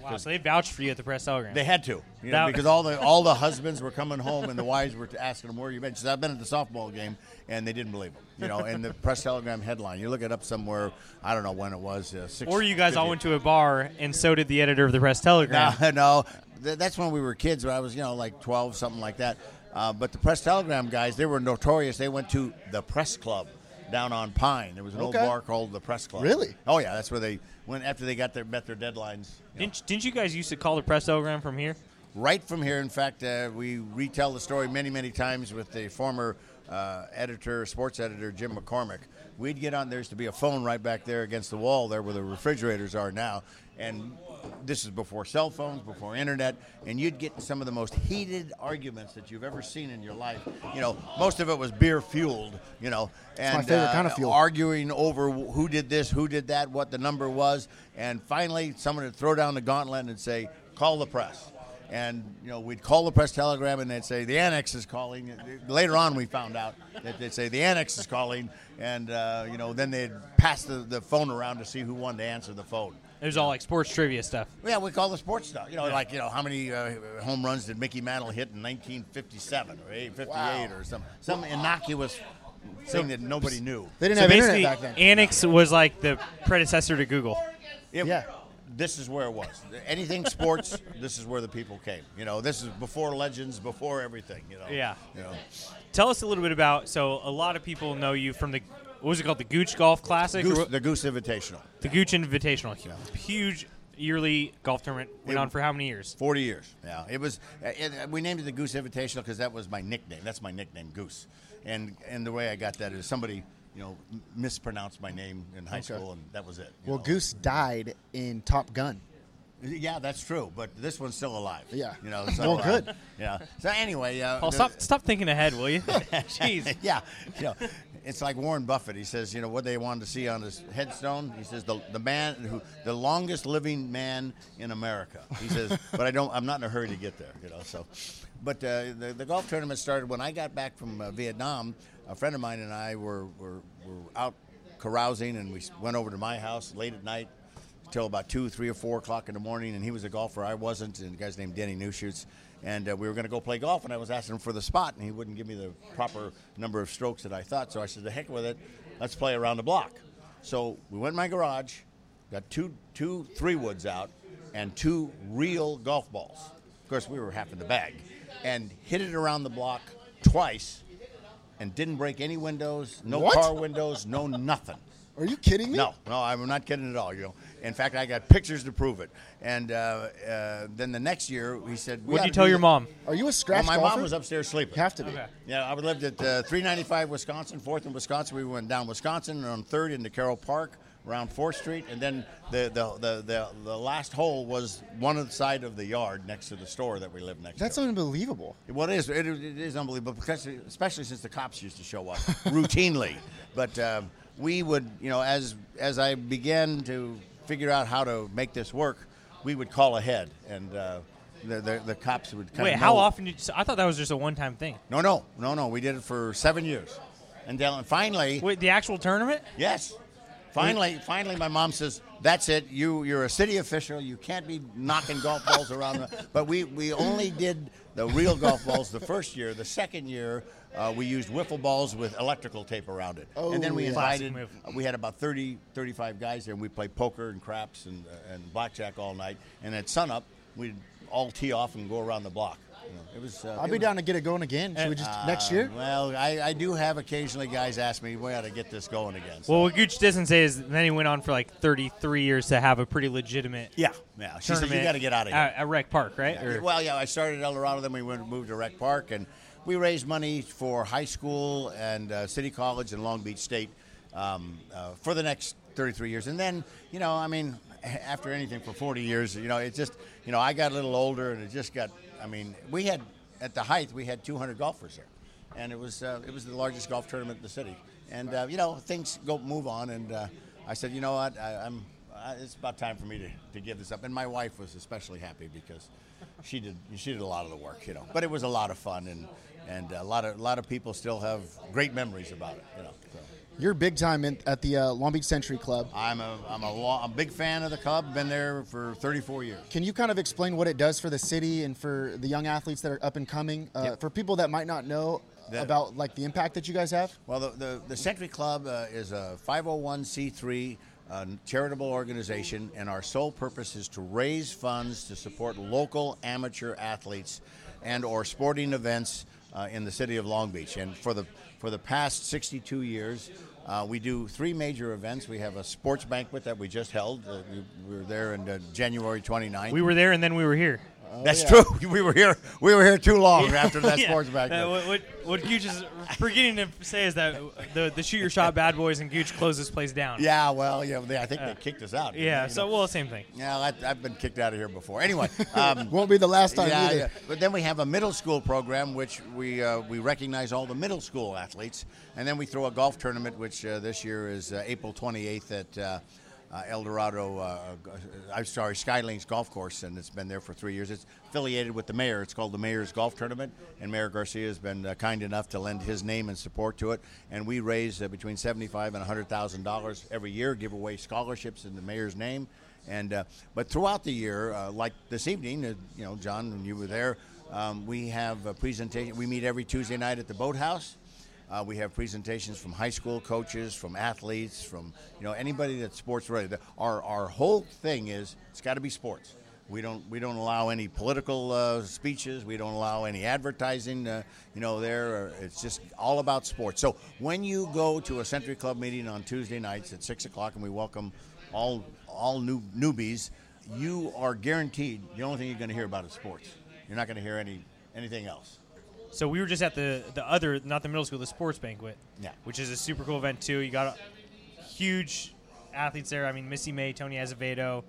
Speaker 3: Wow, so they vouched for you at the press telegram.
Speaker 6: They had to, you
Speaker 3: That-
Speaker 6: know, because all the all the husbands were coming home and the wives were asking them where you been. She said, "I've been at the softball game," and they didn't believe them, you know. And the Press Telegram headline, you look it up somewhere. I don't know when it was. Uh, six,
Speaker 3: or you guys all
Speaker 6: 50.
Speaker 3: went to a bar, and so did the editor of the press telegram.
Speaker 6: No, no. Th- that's when we were kids. When I was, you know, like 12, something like that. Uh, but the Press Telegram guys, they were notorious. They went to the Press Club down on Pine. There was an
Speaker 4: Okay.
Speaker 6: old bar called the Press Club.
Speaker 4: Really?
Speaker 6: Oh yeah, that's where they went after they got their met their deadlines. you know.
Speaker 3: Didn't, didn't you guys used to call the press telegram from here?
Speaker 6: Right from here, in fact, uh, we retell the story many, many times with the former uh, editor, sports editor Jim McCormick. We'd get on. There used to be a phone right back there against the wall, there where the refrigerators are now, and this is before cell phones, before internet, and you'd get some of the most heated arguments that you've ever seen in your life. You know, most of it was beer fueled. You know, and
Speaker 4: my favorite kind of
Speaker 6: uh,
Speaker 4: fuel.
Speaker 6: arguing over who did this, who did that, what the number was, and finally someone would throw down the gauntlet and say, "Call the press." And you know, we'd call the press telegram, and they'd say the annex is calling. Later on, we found out that they'd say the annex is calling, and uh, you know, then they'd pass the, the phone around to see who wanted to answer the phone.
Speaker 3: It was all like sports trivia stuff.
Speaker 6: Yeah, we call the sports stuff. You know, like you know, how many uh, home runs did Mickey Mantle hit in 1957 or 858 or some some innocuous thing that nobody knew.
Speaker 4: They didn't
Speaker 3: So
Speaker 4: have
Speaker 3: basically,
Speaker 4: internet back then.
Speaker 3: Annex was like the predecessor to Google.
Speaker 6: It-
Speaker 4: Yeah.
Speaker 6: This is where it was. Anything sports, this is where the people came. You know, this is before legends, before everything. You know.
Speaker 3: Yeah.
Speaker 6: You know.
Speaker 3: Tell us a little bit about. So a lot of people know you from the what was it called, the Gooch Golf Classic, or
Speaker 6: Goose,
Speaker 3: what-
Speaker 6: the Goose Invitational,
Speaker 3: the Gooch Invitational, huge yearly golf tournament. Went
Speaker 6: It-
Speaker 3: on for how many years?
Speaker 6: forty years. Yeah, it was. uh, It, we named it the Goose Invitational because that was my nickname. That's my nickname, Goose. And and the way I got that is somebody you know m- mispronounced my name in high school, and that was it. you
Speaker 4: Well,
Speaker 6: know.
Speaker 4: Goose died in Top Gun.
Speaker 6: Yeah, that's true. But this one's still alive.
Speaker 4: Yeah.
Speaker 6: You know. So,
Speaker 4: Well,
Speaker 6: uh,
Speaker 4: good.
Speaker 6: Yeah. So anyway, uh,
Speaker 3: Paul,
Speaker 6: the-
Speaker 3: stop, stop thinking ahead, will you? Jeez.
Speaker 6: yeah, you know, it's like Warren Buffett. He says, you know, what they wanted to see on his headstone. He says the the man who the longest living man in America. He says, but I don't. I'm not in a hurry to get there. You know, so. But uh, the, the golf tournament started when I got back from uh, Vietnam. A friend of mine and I were, were were out carousing, and we s- went over to my house late at night till about two, three, or four o'clock in the morning. And he was a golfer, I wasn't. And the guy's named Denny Newshoots. And uh, we were going to go play golf, and I was asking him for the spot, and he wouldn't give me the proper number of strokes that I thought. So I said, "The heck with it, let's play around the block." So we went in my garage, got two, two three woods out, and two real golf balls. Of course, we were half in the bag, and hit it around the block twice, and didn't break any windows, no
Speaker 4: What?
Speaker 6: car windows, no nothing.
Speaker 4: Are you kidding me?
Speaker 6: No, no, I'm not kidding at all. You know, in fact, I got pictures to prove it. And uh, uh, then the next year, he said, we
Speaker 3: What'd
Speaker 6: ought
Speaker 3: you
Speaker 6: to
Speaker 3: tell
Speaker 6: do
Speaker 3: your
Speaker 6: that.
Speaker 3: mom?
Speaker 4: Are you a
Speaker 6: Well,
Speaker 4: scratch
Speaker 6: my
Speaker 4: golfer?
Speaker 6: mom was upstairs sleeping.
Speaker 4: You have to be.
Speaker 3: Okay.
Speaker 6: Yeah, I lived at uh, 395 Wisconsin, 4th and Wisconsin. We went down Wisconsin and on 3rd into Carroll Park, around 4th Street. And then the, the, the, the, the last hole was one of the side of the yard next to the store that we lived next
Speaker 4: That's
Speaker 6: to.
Speaker 4: unbelievable.
Speaker 6: Well, it is. It, it is unbelievable because, especially since the cops used to show up routinely. But um, we would, you know, as as I began to figure out how to make this work, we would call ahead, and uh, the, the the cops would. Kind
Speaker 3: Wait,
Speaker 6: of
Speaker 3: how
Speaker 6: know-
Speaker 3: often? Did you, so I thought that was just a one-time thing.
Speaker 6: No, no, no, no. We did it for seven years, and then finally,
Speaker 3: Wait, the actual tournament?
Speaker 6: yes. Finally, finally, my mom says, "That's it. You, you're a city official. You can't be knocking golf balls around." The, but we, we only did the real golf balls the first year. The second year, uh, we used wiffle balls with electrical tape around it. and then we
Speaker 4: Oh, yeah.
Speaker 3: Classic
Speaker 6: invited.
Speaker 3: move.
Speaker 6: We had about 30, 35 guys there, and we played poker and craps and uh, and blackjack all night. And at sunup, we'd all tee off and go around the block. You know, it was. Uh,
Speaker 4: I'll
Speaker 6: it
Speaker 4: be
Speaker 6: was- Uh,
Speaker 4: down to get it going again. Should we just next year?
Speaker 6: Well, I, I do have occasionally guys ask me, "We ought to get this going again." So-
Speaker 3: Well, what Gooch doesn't say is then he went on for like 33 years to have a pretty legitimate
Speaker 6: Yeah, yeah. She said
Speaker 3: tournament.
Speaker 6: you got to get out of here.
Speaker 3: At, at Rec Park, right? Or-
Speaker 6: well, yeah. I started at El Dorado, then we went moved to Rec Park, and we raised money for high school and uh, City College and Long Beach State um, uh, for the next 33 years. And then, you know, I mean, after anything for 40 years, you know, it just, you know, I got a little older, and it just got. I mean, we had at the height we had 200 golfers there, and it was uh, it was the largest golf tournament in the city. And uh, you know, things go move on, and uh, I said, you know what, I, I'm. Uh, it's about time for me to, to give this up. And my wife was especially happy because she did she did a lot of the work, you know. But it was a lot of fun, and and a lot of a lot of people still have great memories about it, you know. So
Speaker 4: You're big time in, at the uh, Long Beach Century Club.
Speaker 6: I'm a I'm a, lo- a big fan of the club. Been there for 34 years.
Speaker 4: Can you kind of explain what it does for the city and for the young athletes that are up and coming? Uh, For people that might not know
Speaker 6: The-
Speaker 4: about like the impact that you guys have?
Speaker 6: Well, the, the, the Century Club uh, is a 501c3 uh, charitable organization, and our sole purpose is to raise funds to support local amateur athletes and or sporting events uh, in the city of Long Beach. And for the for the past 62 years, uh, we do three major events. We have a sports banquet that we just held. Uh, we, we were there in uh, January 29th.
Speaker 3: we were there and then we were here.
Speaker 6: That's true. We were here. We were here too long after that
Speaker 3: Yeah.
Speaker 6: sports banquet.
Speaker 3: Uh, what, what, what Gooch is forgetting to say is that the, the shoot your shot bad boys and Gooch closed this place down.
Speaker 6: yeah, well, yeah, they, I think they kicked us out. didn't they,
Speaker 3: Uh, Yeah,
Speaker 6: you
Speaker 3: so,
Speaker 6: know?
Speaker 3: well, same thing.
Speaker 6: Yeah, I, I've been kicked out of here before. Anyway, um,
Speaker 4: Won't be the last time
Speaker 6: yeah,
Speaker 4: either.
Speaker 6: yeah. but then we have a middle school program, which we uh, we recognize all the middle school athletes, and then we throw a golf tournament, which uh, this year is uh, April 28th at. Uh, uh, El Dorado, uh, g- I'm sorry, Skylanes Golf Course, and it's been there for three years. It's affiliated with the mayor. It's called the Mayor's Golf Tournament, and Mayor Garcia has been uh, kind enough to lend his name and support to it. And we raise uh, between seventy-five and hundred thousand dollars every year, give away scholarships in the mayor's name, and uh, but throughout the year, uh, like this evening, uh, you know, John, when you were there, um, we have a presentation. We meet every Tuesday night at the boathouse. Uh, we have presentations from high school coaches, from athletes, from you know anybody that's sports related. Our our whole thing is it's got to be sports. We don't we don't allow any political uh, speeches. We don't allow any advertising. Uh, you know, there or it's just all about sports. So when you go to a Century Club meeting on Tuesday nights at six o'clock, and we welcome all all new newbies, you are guaranteed the only thing you're going to hear about is sports. You're not going to hear any anything else.
Speaker 3: So we were just at the the other, not the middle school, the sports banquet.
Speaker 6: Yeah.
Speaker 3: Which is a super cool event too. You got huge athletes there. I mean, Missy May, Tony Azevedo,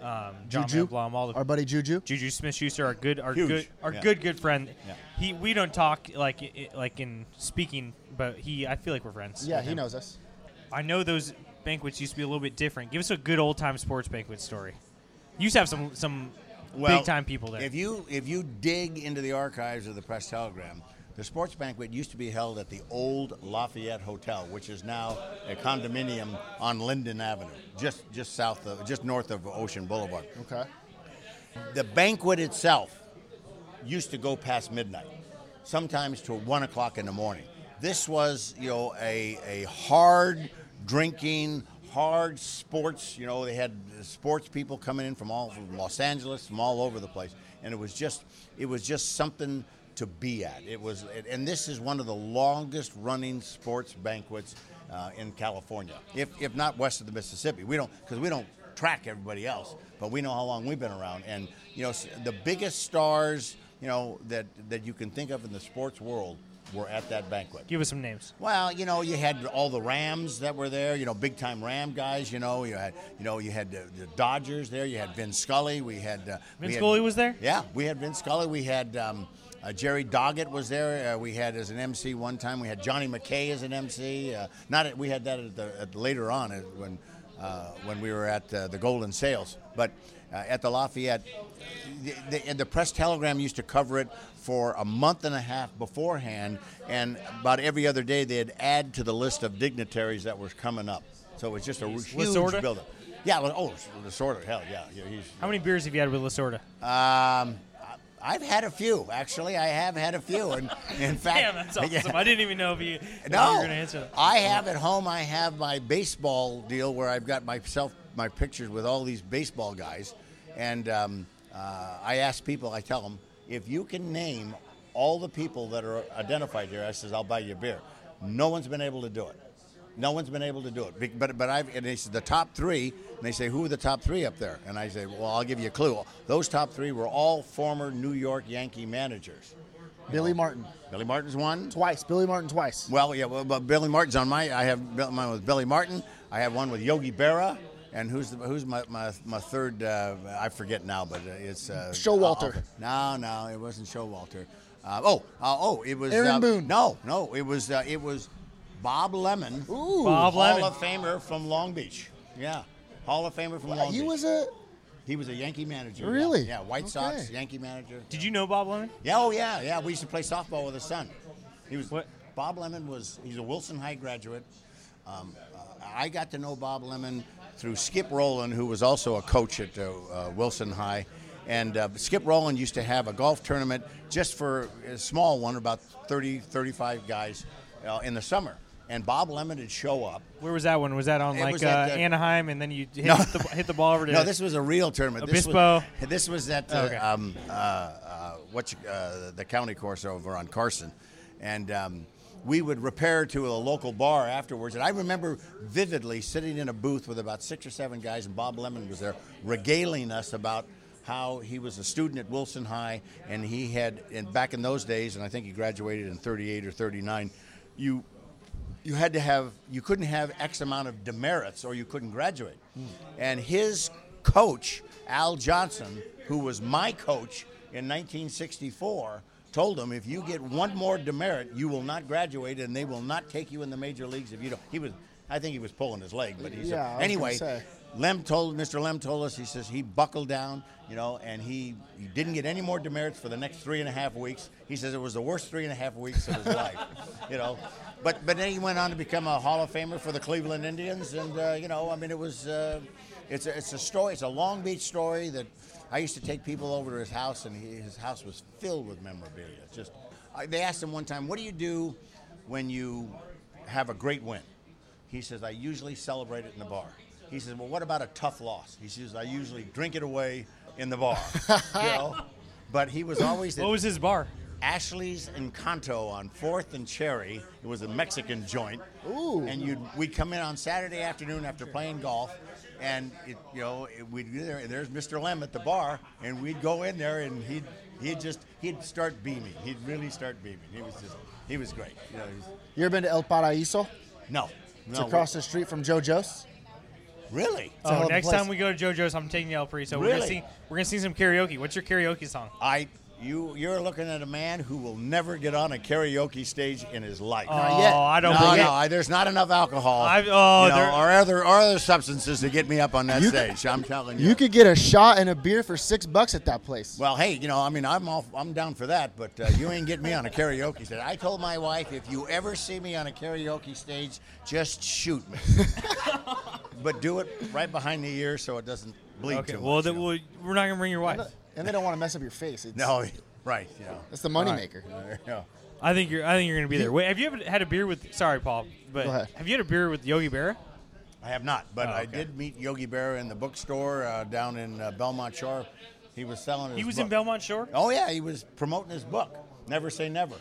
Speaker 3: um, John
Speaker 4: Juju,
Speaker 3: Manblom, all the
Speaker 4: our buddy Juju.
Speaker 3: Juju Smith Schuster, our good, our
Speaker 6: Huge.
Speaker 3: good, our
Speaker 6: Yeah.
Speaker 3: good, good friend.
Speaker 6: Yeah.
Speaker 3: He, we don't talk like i- like in speaking, but he, I feel like we're friends.
Speaker 4: Yeah,
Speaker 3: with
Speaker 4: he
Speaker 3: him.
Speaker 4: knows us.
Speaker 3: I know those banquets used to be a little bit different. Give us a good old time sports banquet story. You used to have some some big time people there.
Speaker 6: If you if you dig into the archives of the Press Telegram, the sports banquet used to be held at the old Lafayette Hotel, which is now a condominium on Linden Avenue, just just south of just north of Ocean Boulevard.
Speaker 4: Okay.
Speaker 6: The banquet itself used to go past midnight, sometimes to one o'clock in the morning. This was, you know, a, a hard drinking, hard sports. You know, they had sports people coming in from all from Los Angeles, from all over the place, and it was just it was just something to be at. It was, and this is one of the longest running sports banquets uh, in California, if if not west of the Mississippi. We don't because we don't track everybody else, but we know how long we've been around. And you know, s- the biggest stars you know that that you can think of in the sports world were at that banquet.
Speaker 3: Give us some names.
Speaker 6: Well, you know, you had all the Rams that were there. You know, big time Ram guys. You know, you had you know you had the, the Dodgers there. You had Vin Scully. We had uh, we
Speaker 3: Vince
Speaker 6: had-
Speaker 3: Scully was there?
Speaker 6: Yeah, we had Vin Scully. We had. Um, uh, Jerry Doggett was there. Uh, we had as an MC one time. We had Johnny McKay as an MC. Uh, not at, we had that at the, at, later on uh, when uh, when we were at uh, the Golden Sales, but uh, at the Lafayette, the, the, and the Press Telegram used to cover it for a month and a half beforehand, and about every other day they'd add to the list of dignitaries that were coming up. So it was just a huge
Speaker 3: Lasorda?
Speaker 6: buildup. Yeah, well, oh, Lasorda, hell yeah, yeah he's,
Speaker 3: How many beers have you had with Lasorda?
Speaker 6: um, I- I've had a few, actually. I have had a few, and in fact,
Speaker 3: Damn, that's awesome.
Speaker 6: yeah.
Speaker 3: I didn't even know if you, if you were
Speaker 6: No,
Speaker 3: going to answer that.
Speaker 6: I have at home. I have my baseball deal where I've got myself my pictures with all these baseball guys, and um, uh, I ask people. I tell them if you can name all the people that are identified here, I says I'll buy you a beer. No one's been able to do it. No one's been able to do it. Be- But but I've and they said the top three, and they say who are the top three up there, and I say well I'll give you a clue. Those top three were all former New York Yankee managers.
Speaker 4: Billy Martin
Speaker 6: Billy Martin's one.
Speaker 4: twice. Billy Martin twice.
Speaker 6: Well, yeah, well, but Billy Martin's on my. I have Bill- mine with Billy Martin. I have one with Yogi Berra, and who's the, who's my my, my third? Uh, I forget now, but uh, it's uh,
Speaker 4: Showalter.
Speaker 6: I'll- I'll- no, no, it wasn't Showalter. Uh, oh, uh, oh, it was
Speaker 4: Aaron
Speaker 6: uh,
Speaker 4: Boone.
Speaker 6: No, no, it was uh, it was Bob Lemon,
Speaker 4: Ooh.
Speaker 3: Bob
Speaker 6: Hall
Speaker 3: Lemon.
Speaker 6: of Famer from Long Beach. Yeah, Hall of Famer from Long
Speaker 4: he
Speaker 6: Beach.
Speaker 4: was a
Speaker 6: he was a Yankee manager. yeah.
Speaker 4: Really?
Speaker 6: Yeah, White Sox
Speaker 4: Okay.
Speaker 6: Yankee manager.
Speaker 3: Did you know Bob Lemon?
Speaker 6: Yeah, oh yeah, yeah. We used to play softball with his son. He was
Speaker 3: What?
Speaker 6: Bob Lemon was he's a Wilson High graduate. Um, uh, I got to know Bob Lemon through Skip Rowland, who was also a coach at uh, uh, Wilson High. And uh, Skip Rowland used to have a golf tournament just for a small one, about 30, 35 guys uh, in the summer. And Bob Lemon would show up.
Speaker 3: Where was that one? Was that on
Speaker 6: It
Speaker 3: like
Speaker 6: was
Speaker 3: uh,
Speaker 6: at the-
Speaker 3: Anaheim and then you hit, the, hit the ball over to
Speaker 6: No, this was a real tournament.
Speaker 3: Obispo. Oh,
Speaker 6: This was, this was at uh,
Speaker 3: Okay.
Speaker 6: um, uh, uh, what you, uh, the county course over on Carson, and um, we would repair to a local bar afterwards. And I remember vividly sitting in a booth with about six or seven guys, and Bob Lemon was there regaling us about. How he was a student at Wilson High, and he had, and back in those days, and I think he graduated in '38 or '39. You you had to have you couldn't have x amount of demerits or you couldn't graduate
Speaker 4: Hmm.
Speaker 6: and his coach al johnson who was my coach in 1964 told him if you get one more demerit you will not graduate and they will not take you in the major leagues if you don't he was i think he was pulling his leg but
Speaker 4: Yeah, I
Speaker 6: he
Speaker 4: was
Speaker 6: said
Speaker 4: gonna
Speaker 6: anyway
Speaker 4: say.
Speaker 6: Lem told Mr. Lem told us he says he buckled down, you know, and he, he didn't get any more demerits for the next three and a half weeks. He says it was the worst three and a half weeks of his life, you know. But but then he went on to become a Hall of Famer for the Cleveland Indians, and uh, you know, I mean, it was uh, it's a, it's a story, it's a Long Beach story that I used to take people over to his house, and he, his house was filled with memorabilia. It's Just I, they asked him one time, what do you do when you have a great win? He says, I usually celebrate it in the bar. He says, Well, what about a tough loss? He says, I usually drink it away in the bar. you know? But he was always at
Speaker 3: What was his bar?
Speaker 6: Ashley's Encanto on Fourth and Cherry. It was a Mexican joint. Ooh. And you'd we'd come in on Saturday afternoon after playing golf, and it, you know it, we'd go there. And there's Mr. Lem at the bar, and we'd go in there, and he'd he'd just he'd start beaming. He'd really start beaming. He was just he was great. You know, he was-
Speaker 4: You ever been to El Paraíso?
Speaker 6: no,
Speaker 4: It's
Speaker 6: no.
Speaker 4: across the street from JoJo's.
Speaker 6: Really?
Speaker 4: a hell
Speaker 3: Oh,
Speaker 4: of a
Speaker 3: next
Speaker 4: place.
Speaker 3: time we go to JoJo's, I'm taking you El Free. So we're gonna
Speaker 6: Really?
Speaker 3: sing we're gonna sing some karaoke. What's your karaoke song?
Speaker 6: I you you're looking at a man who will never get on a karaoke stage in his life.
Speaker 3: oh,
Speaker 4: yet.
Speaker 3: I don't
Speaker 6: no,
Speaker 3: believe
Speaker 6: no,
Speaker 3: it.
Speaker 6: I, there's not enough alcohol,
Speaker 3: I've- oh,
Speaker 6: you know,
Speaker 3: there-
Speaker 6: or other or other substances to get me up on that
Speaker 4: You could-
Speaker 6: stage. I'm telling you.
Speaker 4: You could get a shot and a beer for six bucks at that place.
Speaker 6: Well, hey, you know, I mean, I'm all, I'm down for that, but uh, you ain't getting me on a karaoke stage. I told my wife, if you ever see me on a karaoke stage, just shoot me, but do it right behind the ear so it doesn't bleed
Speaker 3: Okay.
Speaker 6: too
Speaker 3: Well,
Speaker 6: much.
Speaker 3: then
Speaker 6: you know.
Speaker 3: we'll, we're not gonna bring your wife.
Speaker 4: and they don't want to mess up your face. It's,
Speaker 6: no, right, yeah,
Speaker 4: That's the moneymaker.
Speaker 6: yeah.
Speaker 3: I think you're I think you're gonna be there. Wait, have you ever had a beer with? Sorry, Paul, but
Speaker 4: Go ahead.
Speaker 3: have you had a beer with Yogi Berra?
Speaker 6: I have not, but
Speaker 3: Oh,
Speaker 6: I
Speaker 3: okay.
Speaker 6: did meet Yogi Berra in the bookstore uh, down in uh, Belmont Shore. He was selling. His
Speaker 3: He was
Speaker 6: book.
Speaker 3: in Belmont Shore.
Speaker 6: Oh yeah, he was promoting his book, Never Say Never.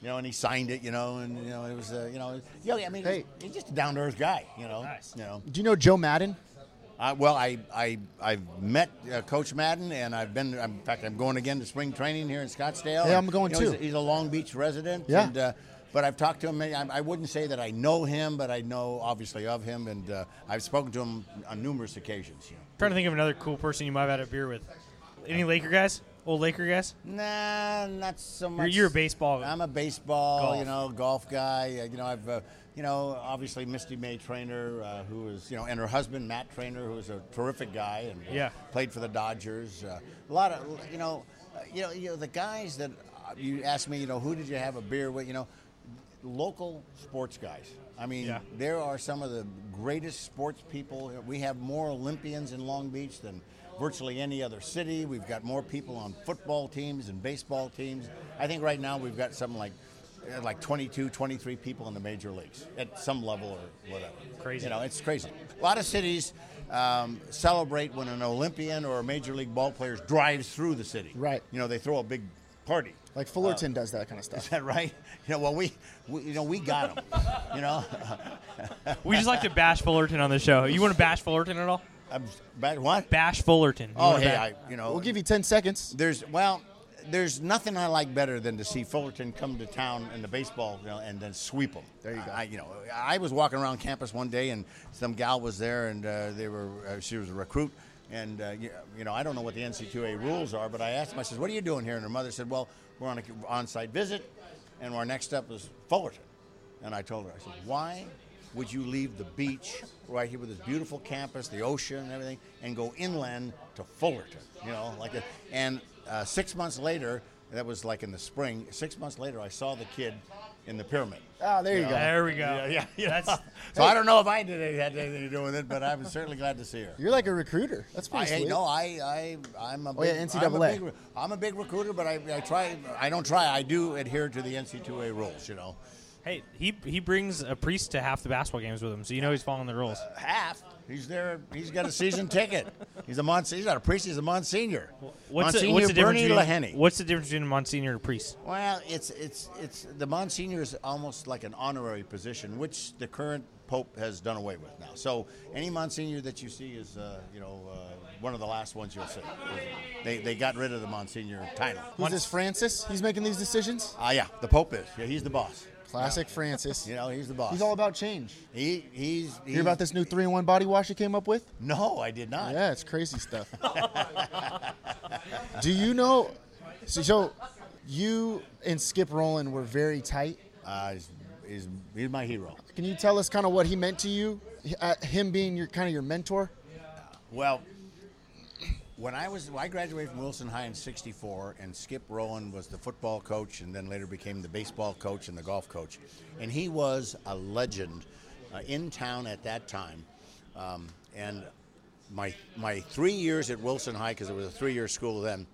Speaker 6: You know, and he signed it. You know, and you know it was uh, you know Yogi. I mean,
Speaker 4: Hey.
Speaker 6: he's just a down to earth guy. You know,
Speaker 3: Nice.
Speaker 6: you know.
Speaker 4: Do you know Joe Madden?
Speaker 6: I, well, I I I've met uh, Coach Madden, and I've been. I'm, in fact, I'm going again to spring training here in Scottsdale.
Speaker 4: Yeah, I'm
Speaker 6: And,
Speaker 4: going
Speaker 6: you know, he's-
Speaker 4: too.
Speaker 6: He's, a Long Beach resident.
Speaker 4: Yeah.
Speaker 6: And, uh, but I've talked to him. many- I, I wouldn't say that I know him, but I know obviously of him, and uh, I've spoken to him on numerous occasions. You know.
Speaker 3: trying to think of another cool person you might have had a beer with. Any Laker guys? Old Laker guys?
Speaker 6: Nah, not so much.
Speaker 3: You're, you're a baseball.
Speaker 6: I'm a baseball,
Speaker 3: Golf.
Speaker 6: you know, golf guy. Uh, You know, I've, uh, you know, obviously Misty May Trainer, uh, who is, you know, and her husband Matt Trainer, who is a terrific guy and uh,
Speaker 3: Yeah.
Speaker 6: played for the Dodgers. Uh, a lot of, you know, uh, you know, you know, the guys that uh, you asked me, you know, who did you have a beer with? You know, local sports guys. I mean,
Speaker 3: Yeah.
Speaker 6: there are some of the greatest sports people. We have more Olympians in Long Beach than virtually any other city. We've got more people on football teams and baseball teams. I think right now we've got something like uh, like 22, 23 people in the major leagues at some level or whatever.
Speaker 3: Crazy.
Speaker 6: You know, it's crazy. A lot of cities um, celebrate when an Olympian or a major league ball player drives through the city.
Speaker 4: Right.
Speaker 6: You know, they throw a big party.
Speaker 4: Like Fullerton does that kind of
Speaker 6: Is
Speaker 4: stuff.
Speaker 6: that right? You know, well, we, we you know, we got them. you know,
Speaker 3: we just like to bash Fullerton on the show. You want to bash Fullerton at all?
Speaker 6: I'm back. What?
Speaker 3: Bash Fullerton. You
Speaker 6: Oh,
Speaker 3: wanna
Speaker 6: hey,
Speaker 3: ba-
Speaker 6: I, you know,
Speaker 4: We'll give you 10 seconds.
Speaker 6: there's well, there's nothing I like better than to see Fullerton come to town in the baseball, you know, and then sweep them. There you go. I, you know, I was walking around campus one day, and some gal was there, and uh, they were, uh, she was a recruit, and uh, you, you know, I don't know what the NC2A rules are, but I asked them, I said, "What are you doing here?" And her mother said, "Well, we're on an on-site visit, and our next step is Fullerton." And I told her, I said, "Why would you leave the beach right here with this beautiful campus, the ocean and everything, and go inland to Fullerton? You know, like that. And uh, six months later, that was like in the spring. Six months later, I saw the kid in the pyramid.
Speaker 4: Ah, there you go.
Speaker 3: There we go.
Speaker 6: Yeah, yeah, yeah.
Speaker 3: That's
Speaker 6: so I don't know if I did any, had anything to do with it, but I was certainly glad to see her.
Speaker 4: You're like a recruiter. That's pretty
Speaker 6: I, hey,
Speaker 4: sweet. Oh,
Speaker 6: no, I, I, I'm a big,
Speaker 4: yeah,
Speaker 6: I'm a
Speaker 4: NCAA.
Speaker 6: big, re- I'm a big recruiter, but I, I try, I don't try, I do adhere to the NC2A rules, you know.
Speaker 3: Hey, he he brings a priest to half the basketball games with him, so you know he's following the rules.
Speaker 6: half. He's there. He's got a season ticket. He's a Monse- He's not a priest. He's a Monsignor.
Speaker 3: What's the,
Speaker 6: Monsignor
Speaker 3: what's the difference
Speaker 6: Bernie
Speaker 3: between
Speaker 6: Laheny.
Speaker 3: what's the difference between a Monsignor and a priest?
Speaker 6: Well, it's it's it's the Monsignor is almost like an honorary position, which the current Pope has done away with now. So any Monsignor that you see is uh, you know uh, one of the last ones you'll see. They they got rid of the Monsignor title.
Speaker 4: Who's this, Francis? He's making these decisions?
Speaker 6: Ah, yeah, the Pope is. Yeah, he's the boss.
Speaker 4: Classic Francis.
Speaker 6: You know, he's the boss.
Speaker 4: He's all about change.
Speaker 6: he he's. he's
Speaker 4: Hear about this new three in one body wash you came up with?
Speaker 6: No, I did not.
Speaker 4: Yeah, it's crazy stuff. Do you know? So, so you and Skip Rowland were very tight.
Speaker 6: Uh, he's, he's he's my hero.
Speaker 4: Can you tell us kind of what he meant to you? H- Uh, him being your kind of your mentor.
Speaker 6: Well, when I was I graduated from Wilson High in '64, and Skip Rowan was the football coach, and then later became the baseball coach and the golf coach, and he was a legend uh, in town at that time. Um, and my my three years at Wilson High, because it was a three-year school then,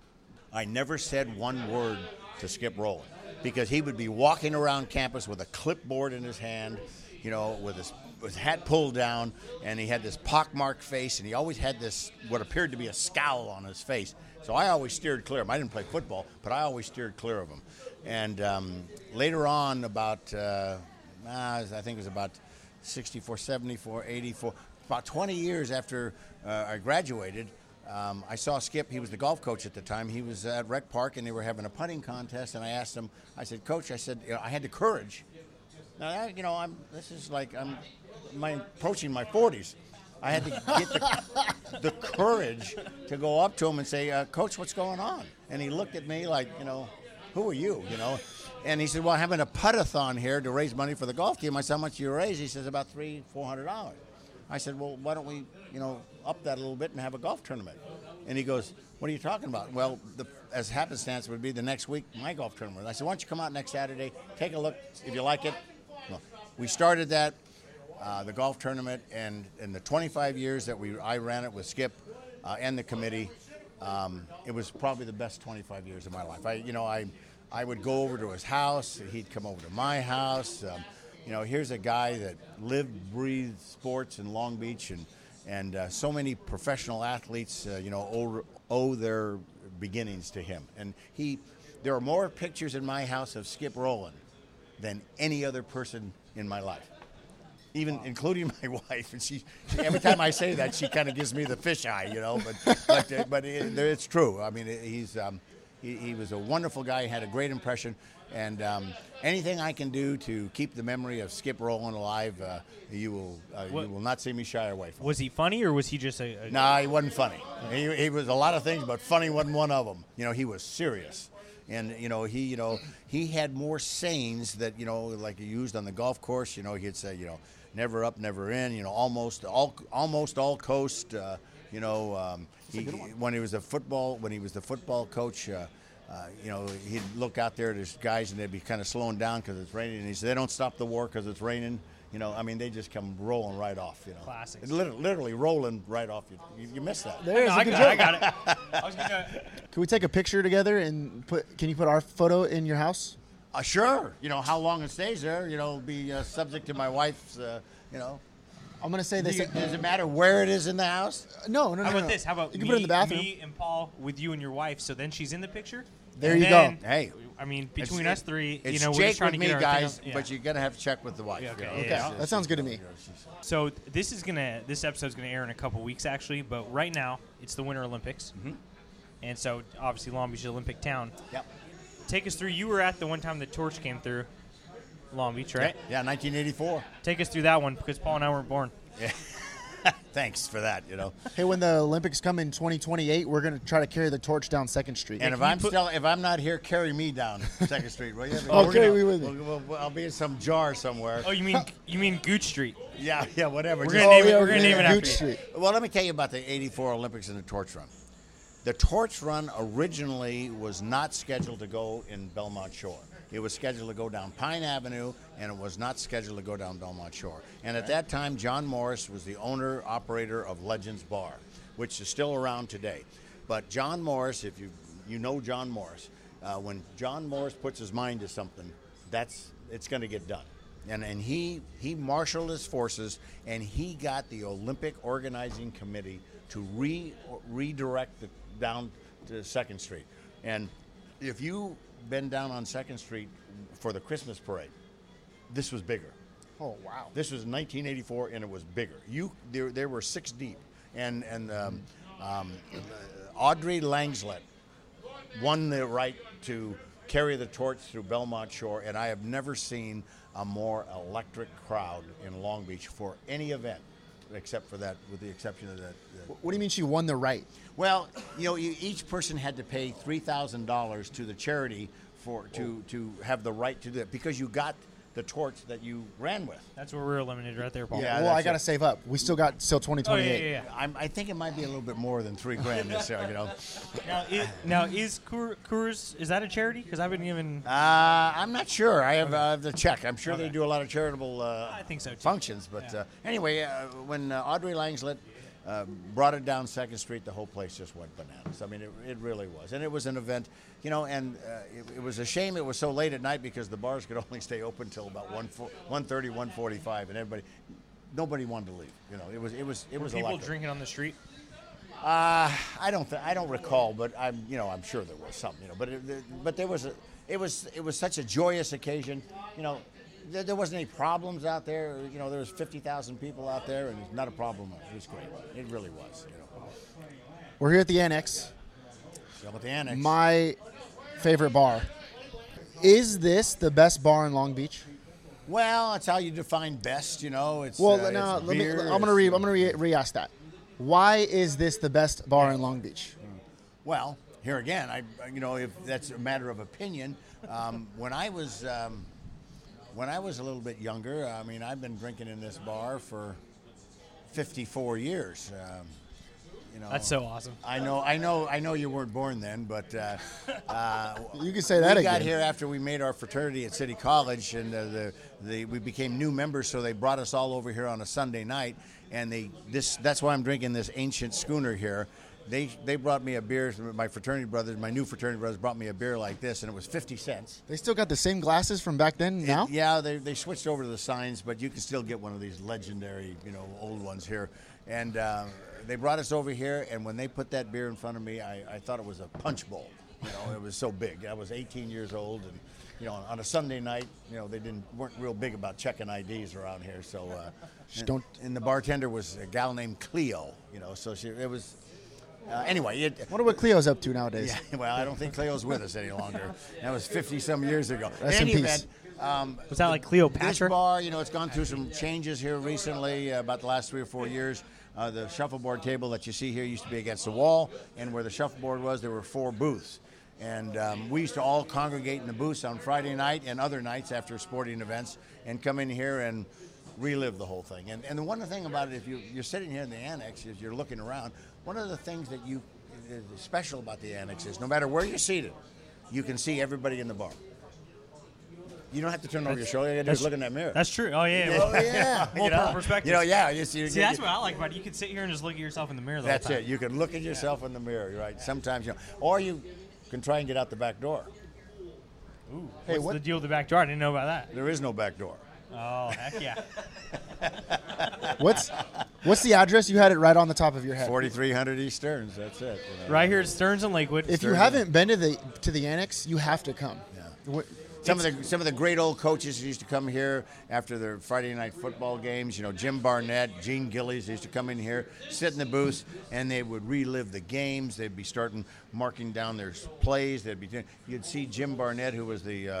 Speaker 6: I never said one word to Skip Rowan because he would be walking around campus with a clipboard in his hand, you know, with his, with his hat pulled down, and he had this pockmarked face, and he always had this what appeared to be a scowl on his face. So I always steered clear of him. I didn't play football, but I always steered clear of him. And um, later on, about uh, ah, I think it was about 64, 74, 84, about 20 years after uh, I graduated, um, I saw Skip. He was the golf coach at the time. He was at Rec Park, and they were having a putting contest. And I asked him. I said, "Coach," I said, you know, "I had the courage now, that, you know, I'm. This is like I'm, my approaching my 40s. I had to get the, the courage to go up to him and say, uh, "Coach, what's going on?" And he looked at me like, you know, "Who are you?" You know, and he said, "Well, I'm having a puttathon here to raise money for the golf team." I said, "How much do you raise?" He says, "About three, four hundred dollars." I said, "Well, why don't we, you know, up that a little bit and have a golf tournament?" And he goes, "What are you talking about?" Well, the, as happenstance would be the next week, my golf tournament. I said, "Why don't you come out next Saturday, take a look. If you like it, well, we started that uh, the golf tournament, and in the 25 years that we I ran it with Skip uh, and the committee, um, it was probably the best 25 years of my life. I, you know, I I would go over to his house, he'd come over to my house. Um, you know, here's a guy that lived, breathed sports in Long Beach, and and uh, so many professional athletes, uh, you know, owe, owe their beginnings to him. And he, there are more pictures in my house of Skip Rowland than any other person in my life, even including my wife. And she, she every time I say that, she kind of gives me the fish eye, you know. But but, uh, but it, it's true. I mean, he's um, he, he was a wonderful guy. Had a great impression. And um, anything I can do to keep the memory of Skip Rowland alive, uh, you will uh, you
Speaker 3: What-
Speaker 6: will not see me shy away from.
Speaker 3: Was he funny or was he just a, a
Speaker 6: Nah, he wasn't funny. He, he was a lot of things, but funny wasn't one of them. You know, he was serious, and you know he you know he had more sayings that you know like he used on the golf course. You know, he'd say you know never up, never in. You know, almost all almost all coast. Uh, you know, um, he, when he was a football when he was the football coach. Uh, uh, you know, he'd look out there at his guys and they'd be kind of slowing down because it's raining. And he said, they don't stop the war because it's raining. You know, I mean, they just come rolling right off, you know.
Speaker 3: Classics.
Speaker 6: Literally, literally rolling right off. You, you, you missed that.
Speaker 3: No,
Speaker 4: There's
Speaker 3: I
Speaker 4: a good joke.
Speaker 3: got, it, I got it. I was gonna,
Speaker 4: Can we take a picture together and put? Can you put our photo in your house?
Speaker 6: Uh, sure. You know, how long it stays there, you know, will be uh, subject to my wife's, uh, you know.
Speaker 4: I'm gonna say
Speaker 6: Do
Speaker 4: this. uh,
Speaker 6: you- does it matter where it is in the house?
Speaker 4: no, no, no.
Speaker 3: How about
Speaker 4: no.
Speaker 3: this? How about
Speaker 4: you can
Speaker 3: me,
Speaker 4: put it in the bathroom?
Speaker 3: me and Paul with you and your wife? So then she's in the picture.
Speaker 4: There
Speaker 3: And
Speaker 4: you go.
Speaker 3: then,
Speaker 6: Hey.
Speaker 3: I mean,
Speaker 6: It's-
Speaker 3: between
Speaker 6: it-
Speaker 3: us three,
Speaker 6: it's
Speaker 3: you know,
Speaker 6: Jake
Speaker 3: we're just trying
Speaker 6: with
Speaker 3: to
Speaker 6: me,
Speaker 3: get our thing
Speaker 6: guys,
Speaker 3: on- yeah.
Speaker 6: but you're going to have to check with the wife.
Speaker 3: Yeah,
Speaker 6: you
Speaker 3: okay,
Speaker 6: know.
Speaker 3: yeah,
Speaker 6: It's-
Speaker 3: yeah.
Speaker 6: it's-
Speaker 4: That
Speaker 6: it's-
Speaker 4: sounds good to
Speaker 6: you
Speaker 4: me.
Speaker 6: know, she's-
Speaker 3: So th- this is gonna this episode's gonna air in a couple weeks actually, but right now it's the Winter Olympics,
Speaker 6: Mm-hmm.
Speaker 3: and so obviously Long Beach is an Olympic town.
Speaker 6: Yep.
Speaker 3: Take us through. You were at the one time the torch came through Long Beach, right?
Speaker 6: Yeah, 1984.
Speaker 3: Take us through that one because Paul and I weren't born.
Speaker 6: Thanks for that, you know.
Speaker 4: Hey, when the Olympics come in 2028, we're gonna try to carry the torch down Second Street.
Speaker 6: And if I'm still, if I'm not here, carry me down Second Street, will you?
Speaker 4: I'll
Speaker 6: We're
Speaker 4: carry
Speaker 6: gonna-
Speaker 4: you with me.
Speaker 6: we'll- we'll- we'll- I'll be in some jar somewhere.
Speaker 3: Oh, you mean you mean Gooch Street?
Speaker 6: Yeah, yeah, whatever.
Speaker 3: We're
Speaker 6: Just-
Speaker 3: gonna name
Speaker 4: yeah,
Speaker 3: it. We're gonna
Speaker 4: yeah,
Speaker 3: name it after
Speaker 4: Gooch
Speaker 3: you.
Speaker 4: Street.
Speaker 6: Well, let me tell you about the 84 Olympics and the torch run. The torch run originally was not scheduled to go in Belmont Shore. It was scheduled to go down Pine Avenue, and it was not scheduled to go down Belmont Shore. And at that time, John Morris was the owner operator of Legends Bar, which is still around today. But John Morris, if you you know John Morris, uh, when John Morris puts his mind to something, that's it's going to get done. And, and he, he marshaled his forces and he got the Olympic Organizing Committee to re, redirect the, down to Second Street. And if you've been down on Second Street for the Christmas parade, this was bigger.
Speaker 4: Oh wow.
Speaker 6: This was 1984, and it was bigger. You there, there were six deep, and and um, um, Audrey Langslet won the right to carry the torch through Belmont Shore, and I have never seen a more electric crowd in Long Beach for any event, except for that, with the exception of that. that
Speaker 4: What do you mean she won the right?
Speaker 6: well, you know, you, each person had to pay three thousand dollars to the charity for to to have the right to do it because you got the torch that you ran with.
Speaker 3: That's where we're eliminated right there, Paul.
Speaker 6: Yeah,
Speaker 4: well, I
Speaker 6: that's
Speaker 4: gotta
Speaker 6: it.
Speaker 4: save up. We still got till
Speaker 3: Ah, Oh yeah,
Speaker 4: 2028.
Speaker 3: yeah, yeah.
Speaker 6: I'm, I think it might be a little bit more than three grand this year, you know.
Speaker 3: Now, is, now is Coor- Coors is that a charity? Because I've been given.
Speaker 6: Uh, I'm not sure. I have, I have the check. I'm sure they
Speaker 3: Okay.
Speaker 6: do a lot of charitable uh,
Speaker 3: I think so, too.
Speaker 6: functions. But
Speaker 3: Yeah.
Speaker 6: uh, anyway, uh, when uh, Audrey Langslet uh, brought it down Second Street, the whole place just went bananas. I mean, it, it really was. And it was an event, you know, and uh, it, it was a shame it was so late at night because the bars could only stay open till about 1, 1.30, 1.45, and everybody, nobody wanted to leave. You know, it was, it was, it
Speaker 3: Were
Speaker 6: was Oh.
Speaker 3: people
Speaker 6: electric.
Speaker 3: drinking on the street?
Speaker 6: Uh, I don't th- I don't recall, but I'm you know I'm sure there was something you know, but it, the- but there was a it was it was such a joyous occasion, you know. There, there wasn't any problems out there. You know, there was 50,000 people out there, and it's not a problem. It was great. It really was. You know,
Speaker 4: We're here at the annex.
Speaker 6: so with the annex,
Speaker 4: My favorite bar. Is this the best bar in Long Beach?
Speaker 6: Well, that's how you define best, you know. It's
Speaker 4: Well,
Speaker 6: uh,
Speaker 4: now
Speaker 6: it's
Speaker 4: let me.
Speaker 6: beer,
Speaker 4: I'm
Speaker 6: it's-
Speaker 4: gonna re. I'm gonna re, re-ask that. Why is this the best bar in Long Beach?
Speaker 6: Well, here again, I you know if that's a matter of opinion. Um, when I was um, when I was a little bit younger, I mean, I've been drinking in this bar for 54 years. Um, you know,
Speaker 3: That's so awesome.
Speaker 6: I know, I know, I know you weren't born then, but uh, uh,
Speaker 4: You can say that
Speaker 6: we
Speaker 4: again.
Speaker 6: got here after we made our fraternity at City College, and uh, the, the we became new members. So they brought us all over here on a Sunday night, and they this that's why I'm drinking this ancient schooner here. They they brought me a beer. My fraternity brothers, my new fraternity brothers, brought me a beer like this, and it was fifty cents.
Speaker 4: They still got the same glasses from back then.
Speaker 6: It-
Speaker 4: Now,
Speaker 6: yeah, they, they switched over to the signs, but you can still get one of these legendary, you know, old ones here. And uh, they brought us over here, and when they put that beer in front of me, I, I thought it was a punch bowl. You know, it was so big. I was 18 years old, and you know, on, on a Sunday night, you know, they didn't weren't real big about checking IDs around here. So, uh, and,
Speaker 4: don't-
Speaker 6: And the bartender was a gal named Cleo. You know, so she it was. Uh, anyway, it,
Speaker 4: wonder what Cleo's up to nowadays.
Speaker 6: yeah, well, I don't think Cleo's with us any longer. That was 50 some years ago.
Speaker 4: Rest
Speaker 6: any
Speaker 4: in peace.
Speaker 6: event, um,
Speaker 3: Was that like
Speaker 6: this
Speaker 3: Cleopatra?
Speaker 6: bar, you know, it's gone through some changes here recently, uh, about the last three or four years. Uh, the shuffleboard table that you see here used to be against the wall, and where the shuffleboard was, there were four booths. And um, we used to all congregate in the booths on Friday night and other nights after sporting events and come in here and relive the whole thing. And, and the one thing about it, if you, you're sitting here in the annex, is you're looking around, one of the things that you is special about the annex is no matter where you're seated, you can see everybody in the bar. You don't have to turn over your shoulder. You gotta do is look in that mirror.
Speaker 3: That's true. Oh yeah. yeah.
Speaker 6: Oh, yeah.
Speaker 3: Multiple
Speaker 6: you know,
Speaker 3: perspectives.
Speaker 6: You know, yeah. You see,
Speaker 3: See, that's what I like about it. You can sit here and just look at yourself in the mirror. The
Speaker 6: that's
Speaker 3: whole
Speaker 6: it.
Speaker 3: time.
Speaker 6: You can look at yourself in the mirror, right? Sometimes, you know, or you can try and get out the back door.
Speaker 3: What's
Speaker 4: what-
Speaker 3: the deal with the back door? I didn't know about that.
Speaker 6: There is no back door.
Speaker 3: Oh heck yeah.
Speaker 4: What's what's the address? You had it right on the top of your head.
Speaker 6: 4300 East Stearns. That's it. you know.
Speaker 3: right here at Stearns and Lakewood.
Speaker 4: If you haven't been to the to the annex, you have to come. What-
Speaker 6: Some of the some of the great old coaches who used to come here after their Friday night football games. You know, Jim Barnett, Gene Gillies they used to come in here, sit in the booths, and they would relive the games. They'd be starting marking down their s- plays. They'd be doing. You'd see Jim Barnett, who was the uh,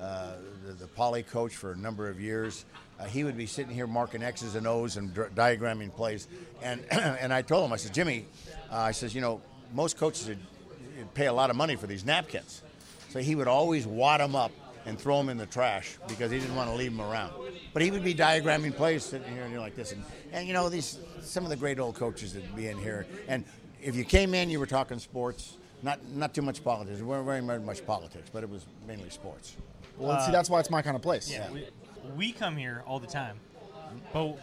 Speaker 6: uh, the, the poly coach for a number of years. Uh, he would be sitting here marking X's and O's and dr- diagramming plays. And and I told him, I said, Jimmy, uh, I says, you know, most coaches would would pay a lot of money for these napkins. So he would always wad them up and throw them in the trash because he didn't want to leave them around. But he would be diagramming plays sitting here and you're like this. And, and you know, these some of the great old coaches that be in here. And if you came in, you were talking sports, not not too much politics. There weren't very much politics, but it was mainly sports.
Speaker 4: Well,
Speaker 6: uh,
Speaker 4: see, that's why it's my kind of place.
Speaker 3: Yeah, we, we come here all the time, but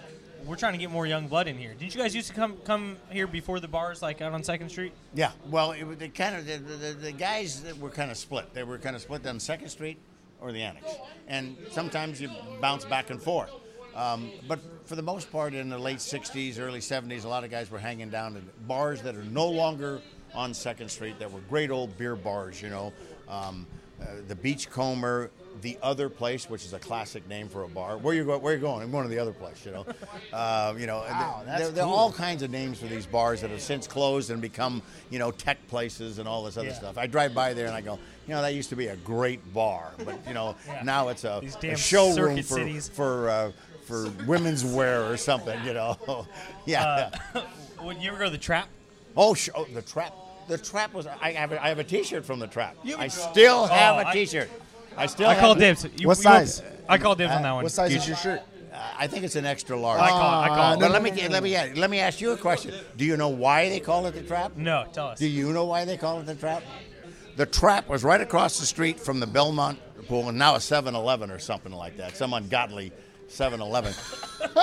Speaker 3: we're trying to get more young blood in here. Didn't you guys used to come come here before the bars, like out on Second Street?
Speaker 6: Yeah, well, it, was- they kind of the, the, the guys that were kind of split. They were kind of split down Second Street or the Annex, and sometimes you bounce back and forth. Um, but for the most part, in the late '60s, early '70s, a lot of guys were hanging down at bars that are no longer on Second Street. That were great old beer bars, you know, um, uh, the Beachcomber, the Other Place, which is a classic name for a bar. Where you go? Where you going? I'm going to the Other Place, you know. Uh, you know, and
Speaker 4: Wow,
Speaker 6: they-
Speaker 4: that's
Speaker 6: they're- they're
Speaker 4: cool.
Speaker 6: all kinds of names for these bars that have since closed and become, you know, tech places and all this other
Speaker 3: Yeah.
Speaker 6: stuff. I drive by there and I go, you know, that used to be a great bar, but you know,
Speaker 3: Yeah.
Speaker 6: now it's a,
Speaker 3: These
Speaker 6: a
Speaker 3: damn
Speaker 6: showroom
Speaker 3: circuit
Speaker 6: for
Speaker 3: cities.
Speaker 6: for uh, for women's wear or something, you know. yeah.
Speaker 3: Uh, Would you ever go to the trap?
Speaker 6: oh, sh- oh, the trap. The trap was. I have a, I have a T-shirt from the trap. I still have
Speaker 3: Oh,
Speaker 6: a
Speaker 3: I-
Speaker 6: T-shirt. I, still.
Speaker 3: I
Speaker 6: have
Speaker 3: called
Speaker 6: it.
Speaker 3: dibs. You-
Speaker 4: What
Speaker 3: you-
Speaker 4: size? Uh,
Speaker 3: I called dibs
Speaker 6: Uh,
Speaker 3: on that one.
Speaker 4: What size is your shirt?
Speaker 6: I think it's an extra large.
Speaker 3: I call. I call.
Speaker 6: but let me let me ask- let me ask you a question. Do you know why they call it the trap?
Speaker 3: no, tell us.
Speaker 6: Do you know why they call it the trap? The trap was right across the street from the Belmont pool, and now a 7 Eleven or something like that, some ungodly 7 Eleven.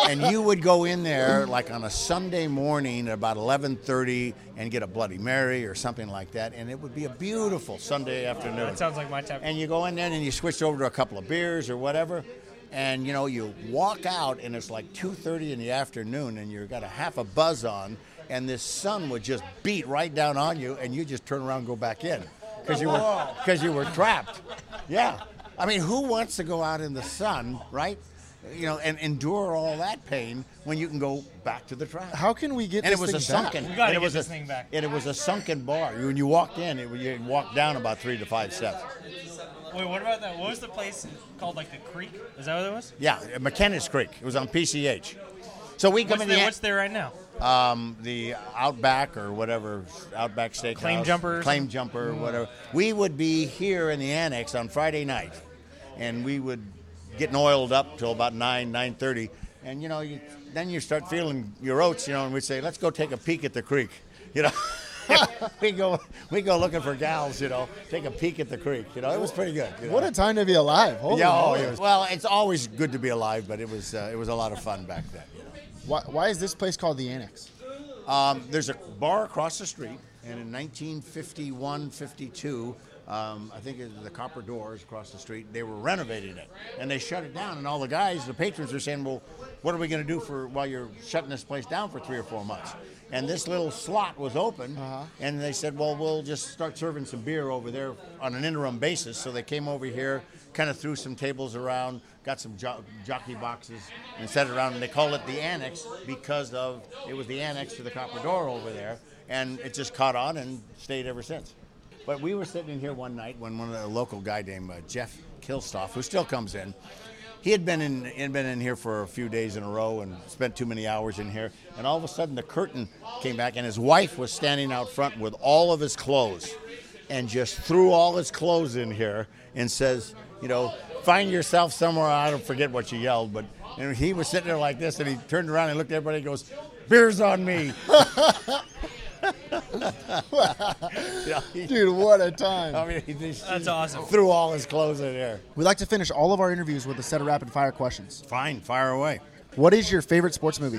Speaker 6: and you would go in there like on a Sunday morning at about 11.30 and get a Bloody Mary or something like that, and it would be a beautiful Sunday afternoon
Speaker 3: That sounds like my type.
Speaker 6: and you go in there and you switch over to a couple of beers or whatever and you know you walk out and it's like 2.30 in the afternoon and you've got a half a buzz on and this sun would just beat right down on you and you just turn around and go back in because you were because you were trapped yeah i mean who wants to go out in the sun right you know and endure all that pain when you can go back to the trap
Speaker 4: How can we get
Speaker 6: and it
Speaker 4: this
Speaker 6: was a
Speaker 4: thing back?
Speaker 6: sunken.
Speaker 3: We gotta
Speaker 6: and it
Speaker 3: get
Speaker 6: was
Speaker 3: this
Speaker 6: a,
Speaker 3: thing back.
Speaker 6: And it was a sunken bar. When you walked in, it, you walked down about three to five steps.
Speaker 3: Wait, what about that? What was the place called? Like the Creek? Is that what it was?
Speaker 6: Yeah, at McKenna's Creek. It was on PCH. So we come
Speaker 3: What's,
Speaker 6: in
Speaker 3: there,
Speaker 6: the,
Speaker 3: what's there right now?
Speaker 6: um, the Outback or whatever Outback Steakhouse,
Speaker 3: Claim Jumper or
Speaker 6: Claim Jumper, whatever. We would be here in the annex on Friday night, and we would get oiled up till about nine nine thirty, and you know, you, then you start feeling your oats, you know, and we'd say, let's go take a peek at the creek, you know. we go, we go looking for gals, you know. Take a peek at the creek, you know. It was pretty good. you know.
Speaker 4: What a time to be alive. Holy
Speaker 6: yeah, oh,
Speaker 4: moly.
Speaker 6: it was, well, it's always good to be alive, but it was uh, it was a lot of fun back then. You know.
Speaker 4: Why, why is this place called the Annex?
Speaker 6: Um, there's a bar across the street, and in 1951, 52, um, I think it was the Copper Doors across the street, they were renovating it, and they shut it down. And all the guys, the patrons, were saying, "Well, what are we going to do for while you're shutting this place down for three or four months?" And this little slot was open,
Speaker 4: Uh-huh.
Speaker 6: and they said, "Well, we'll just start serving some beer over there on an interim basis." So they came over here, kind of threw some tables around, got some jo- jockey boxes, and set it around. And they called it the Annex because of it was the annex to the Copper Door over there, and it just caught on and stayed ever since. But we were sitting in here one night when one of the local guy named uh, Jeff Kilstoff, who still comes in, he had been in had been in here for a few days in a row and spent too many hours in here. And all of a sudden, the curtain came back, and his wife was standing out front with all of his clothes, and just threw all his clothes in here and says, you know, find yourself somewhere. I don't forget what she yelled, but and he was sitting there like this, and he turned around and looked at everybody and goes, "Beer's on me." Yeah, he-
Speaker 4: Dude, what a time.
Speaker 6: I mean, he just,
Speaker 3: That's awesome.
Speaker 6: Threw all his clothes in there.
Speaker 4: We like to finish all of our interviews with a set of rapid fire questions.
Speaker 6: Fine, fire away.
Speaker 4: What is your favorite sports movie?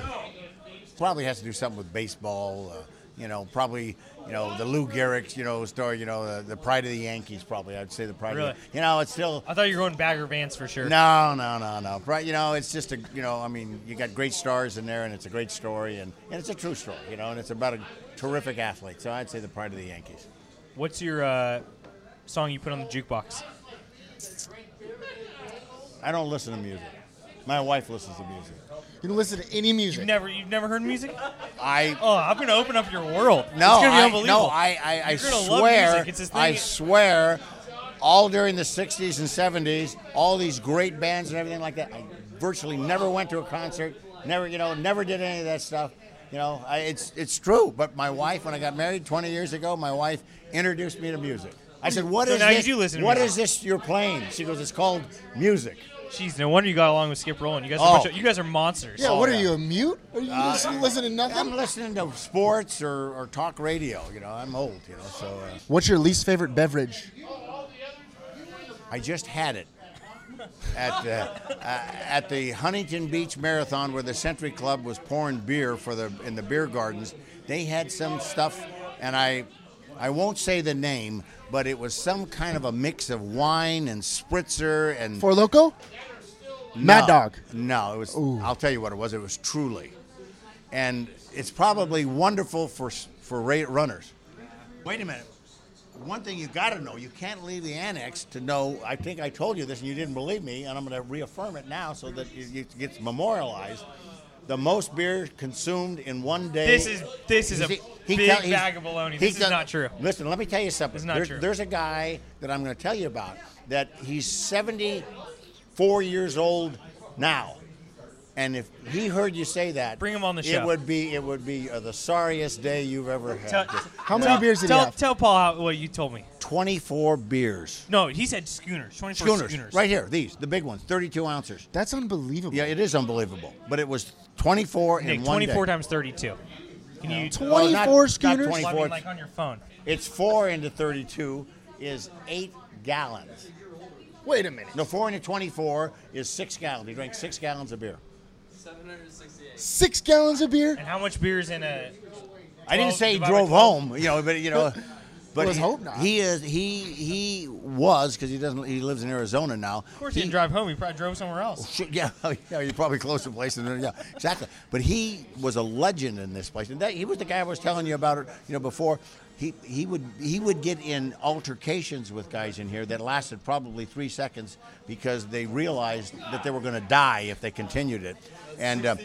Speaker 6: Probably has to do something with baseball. Uh, you know, probably you know the Lou Gehrig's you know story. You know, the, the Pride of the Yankees. Probably, I'd say the Pride.
Speaker 3: Really?
Speaker 6: Of the, you know, it's still
Speaker 3: I thought you were going Bagger Vance for sure.
Speaker 6: no, no, no, no. Right? You know, it's just a you know. I mean, you got great stars in there, and it's a great story, and, and it's a true story. You know, and it's about a terrific athlete. So I'd say the Pride of the Yankees.
Speaker 3: What's your uh, song you put on the jukebox?
Speaker 6: I don't listen to music. My wife listens to music.
Speaker 4: You don't listen to any music.
Speaker 3: You've never you've never heard music?
Speaker 6: I
Speaker 3: Oh, I'm gonna open up your world.
Speaker 6: No,
Speaker 3: it's gonna be
Speaker 6: I,
Speaker 3: unbelievable.
Speaker 6: no, I, I, I
Speaker 3: You're gonna love
Speaker 6: swear,
Speaker 3: music. It's this thing-
Speaker 6: I swear, all during the '60s and '70s, all these great bands and everything like that. I virtually never went to a concert, never, you know, never did any of that stuff. You know, I, it's it's true. But my wife, when I got married 20 years ago, my wife introduced me to music. I said, "What
Speaker 3: So
Speaker 6: is
Speaker 3: now you
Speaker 6: this?
Speaker 3: do listen to
Speaker 6: what
Speaker 3: music.
Speaker 6: is this you're playing?" She goes, "It's called music."
Speaker 3: Jeez, no wonder you got along with Skip Rowland. You guys, are
Speaker 6: Oh.
Speaker 3: a bunch of- you guys are monsters.
Speaker 4: yeah,
Speaker 6: Oh,
Speaker 4: what are
Speaker 6: yeah.
Speaker 4: you, a mute? Are you listening, listening to
Speaker 6: Uh, I'm
Speaker 4: nothing?
Speaker 6: listening to sports or, or talk radio. You know, I'm old. You know, so uh,
Speaker 4: What's your least favorite beverage?
Speaker 6: I just had it at the, uh, at the Huntington Beach Marathon where the Century Club was pouring beer for the in the beer gardens. They had some stuff, and I I won't say the name, but it was some kind of a mix of wine and spritzer and
Speaker 4: Four Loco?
Speaker 6: no,
Speaker 4: Mad Dog.
Speaker 6: No, it was. I'll tell you what it was. It was truly, and it's probably wonderful for s- for ra- runners. Wait a minute. One thing you got to know, you can't leave the annex to know. I think I told you this, and you didn't believe me, and I'm going to reaffirm it now so that it it gets memorialized. The most beer consumed in one day.
Speaker 3: This is this is a
Speaker 6: He- he
Speaker 3: big
Speaker 6: tell- he's-
Speaker 3: bag of baloney.
Speaker 6: he
Speaker 3: This is
Speaker 6: tell-
Speaker 3: not true.
Speaker 6: Listen, let me tell you something.
Speaker 3: It's not
Speaker 6: There's-
Speaker 3: true.
Speaker 6: There's a guy that I'm going to tell you about that he's 74 years old now, and if he heard you say that,
Speaker 3: Bring him on the
Speaker 6: It
Speaker 3: show.
Speaker 6: would be it would be uh, the sorriest day you've ever
Speaker 3: Tell-
Speaker 6: had.
Speaker 4: How many beers did he
Speaker 3: tell,
Speaker 4: have?
Speaker 3: Tell Paul how, what you told me.
Speaker 6: 24 beers.
Speaker 3: No, he said schooners. Twenty four
Speaker 6: Schooners,
Speaker 3: schooners.
Speaker 6: right here, these the big ones, 32 ounces.
Speaker 4: That's unbelievable.
Speaker 6: Yeah, it is unbelievable, but it was 24
Speaker 3: Nick,
Speaker 6: in one
Speaker 3: twenty four
Speaker 6: day.
Speaker 3: times thirty two. Can you? Oh,
Speaker 4: Tw-
Speaker 3: Well,
Speaker 4: 24
Speaker 6: not-
Speaker 4: schooners?
Speaker 6: Not
Speaker 3: I mean,
Speaker 6: 24.
Speaker 3: like on your phone.
Speaker 6: It's four into 32 is eight gallons.
Speaker 4: Wait a minute.
Speaker 6: No, four into 24 is six gallons. He drank six gallons of beer.
Speaker 4: Six gallons of beer?
Speaker 3: And how much beer is in a?
Speaker 6: I didn't
Speaker 3: Twelve
Speaker 6: say he
Speaker 3: divided by
Speaker 6: drove
Speaker 3: twelve.
Speaker 6: home, you know, but you know, but
Speaker 4: Let's
Speaker 6: he,
Speaker 4: hope not.
Speaker 6: he is he he was because he doesn't he lives in Arizona now.
Speaker 3: Of course, he didn't drive home. He probably drove somewhere else.
Speaker 6: Shit, Yeah, oh, yeah, you're probably close to places. Yeah, exactly. But he was a legend in this place, and that, he was the guy I was telling you about, you know, before. He, he would he would get in altercations with guys in here that lasted probably three seconds because they realized that they were going to die if they continued it, and uh,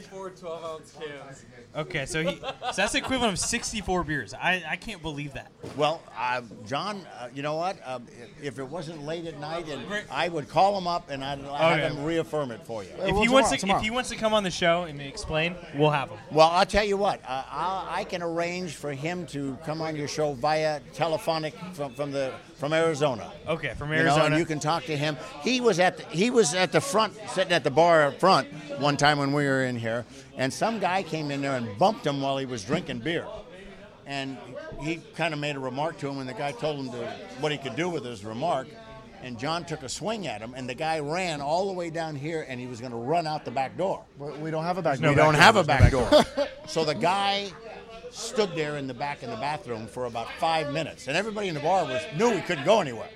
Speaker 3: Okay, so he so that's the equivalent of 64 beers. I, I can't believe that.
Speaker 6: Well, uh, John, uh, you know what? Um, i- if it wasn't late at night, and I would call him up and I'd have
Speaker 3: Okay.
Speaker 6: him reaffirm it for you.
Speaker 3: If
Speaker 4: well,
Speaker 3: he
Speaker 4: tomorrow,
Speaker 3: wants to
Speaker 4: tomorrow.
Speaker 3: if he wants to come on the show and explain, we'll have him.
Speaker 6: Well, I'll tell you what. Uh, I, I can arrange for him to come on your show via telephonic from, from the from Arizona.
Speaker 3: Okay, from
Speaker 6: You know,
Speaker 3: Arizona.
Speaker 6: and you can talk to him. He was at the, he was at the front, sitting at the bar up front one time when we were in here, and some guy came in there and bumped him while he was drinking beer, and he kind of made a remark to him, and the guy told him to, what he could do with his remark, and John took a swing at him, and the guy ran all the way down here, and he was going to run out the back door.
Speaker 4: We- We don't have a back.
Speaker 3: no
Speaker 6: we
Speaker 4: door.
Speaker 3: back
Speaker 6: don't have a
Speaker 3: There's no
Speaker 6: back door, so the guy. Stood there in the back in the bathroom for about five minutes, and everybody in the bar was knew we couldn't go anywhere.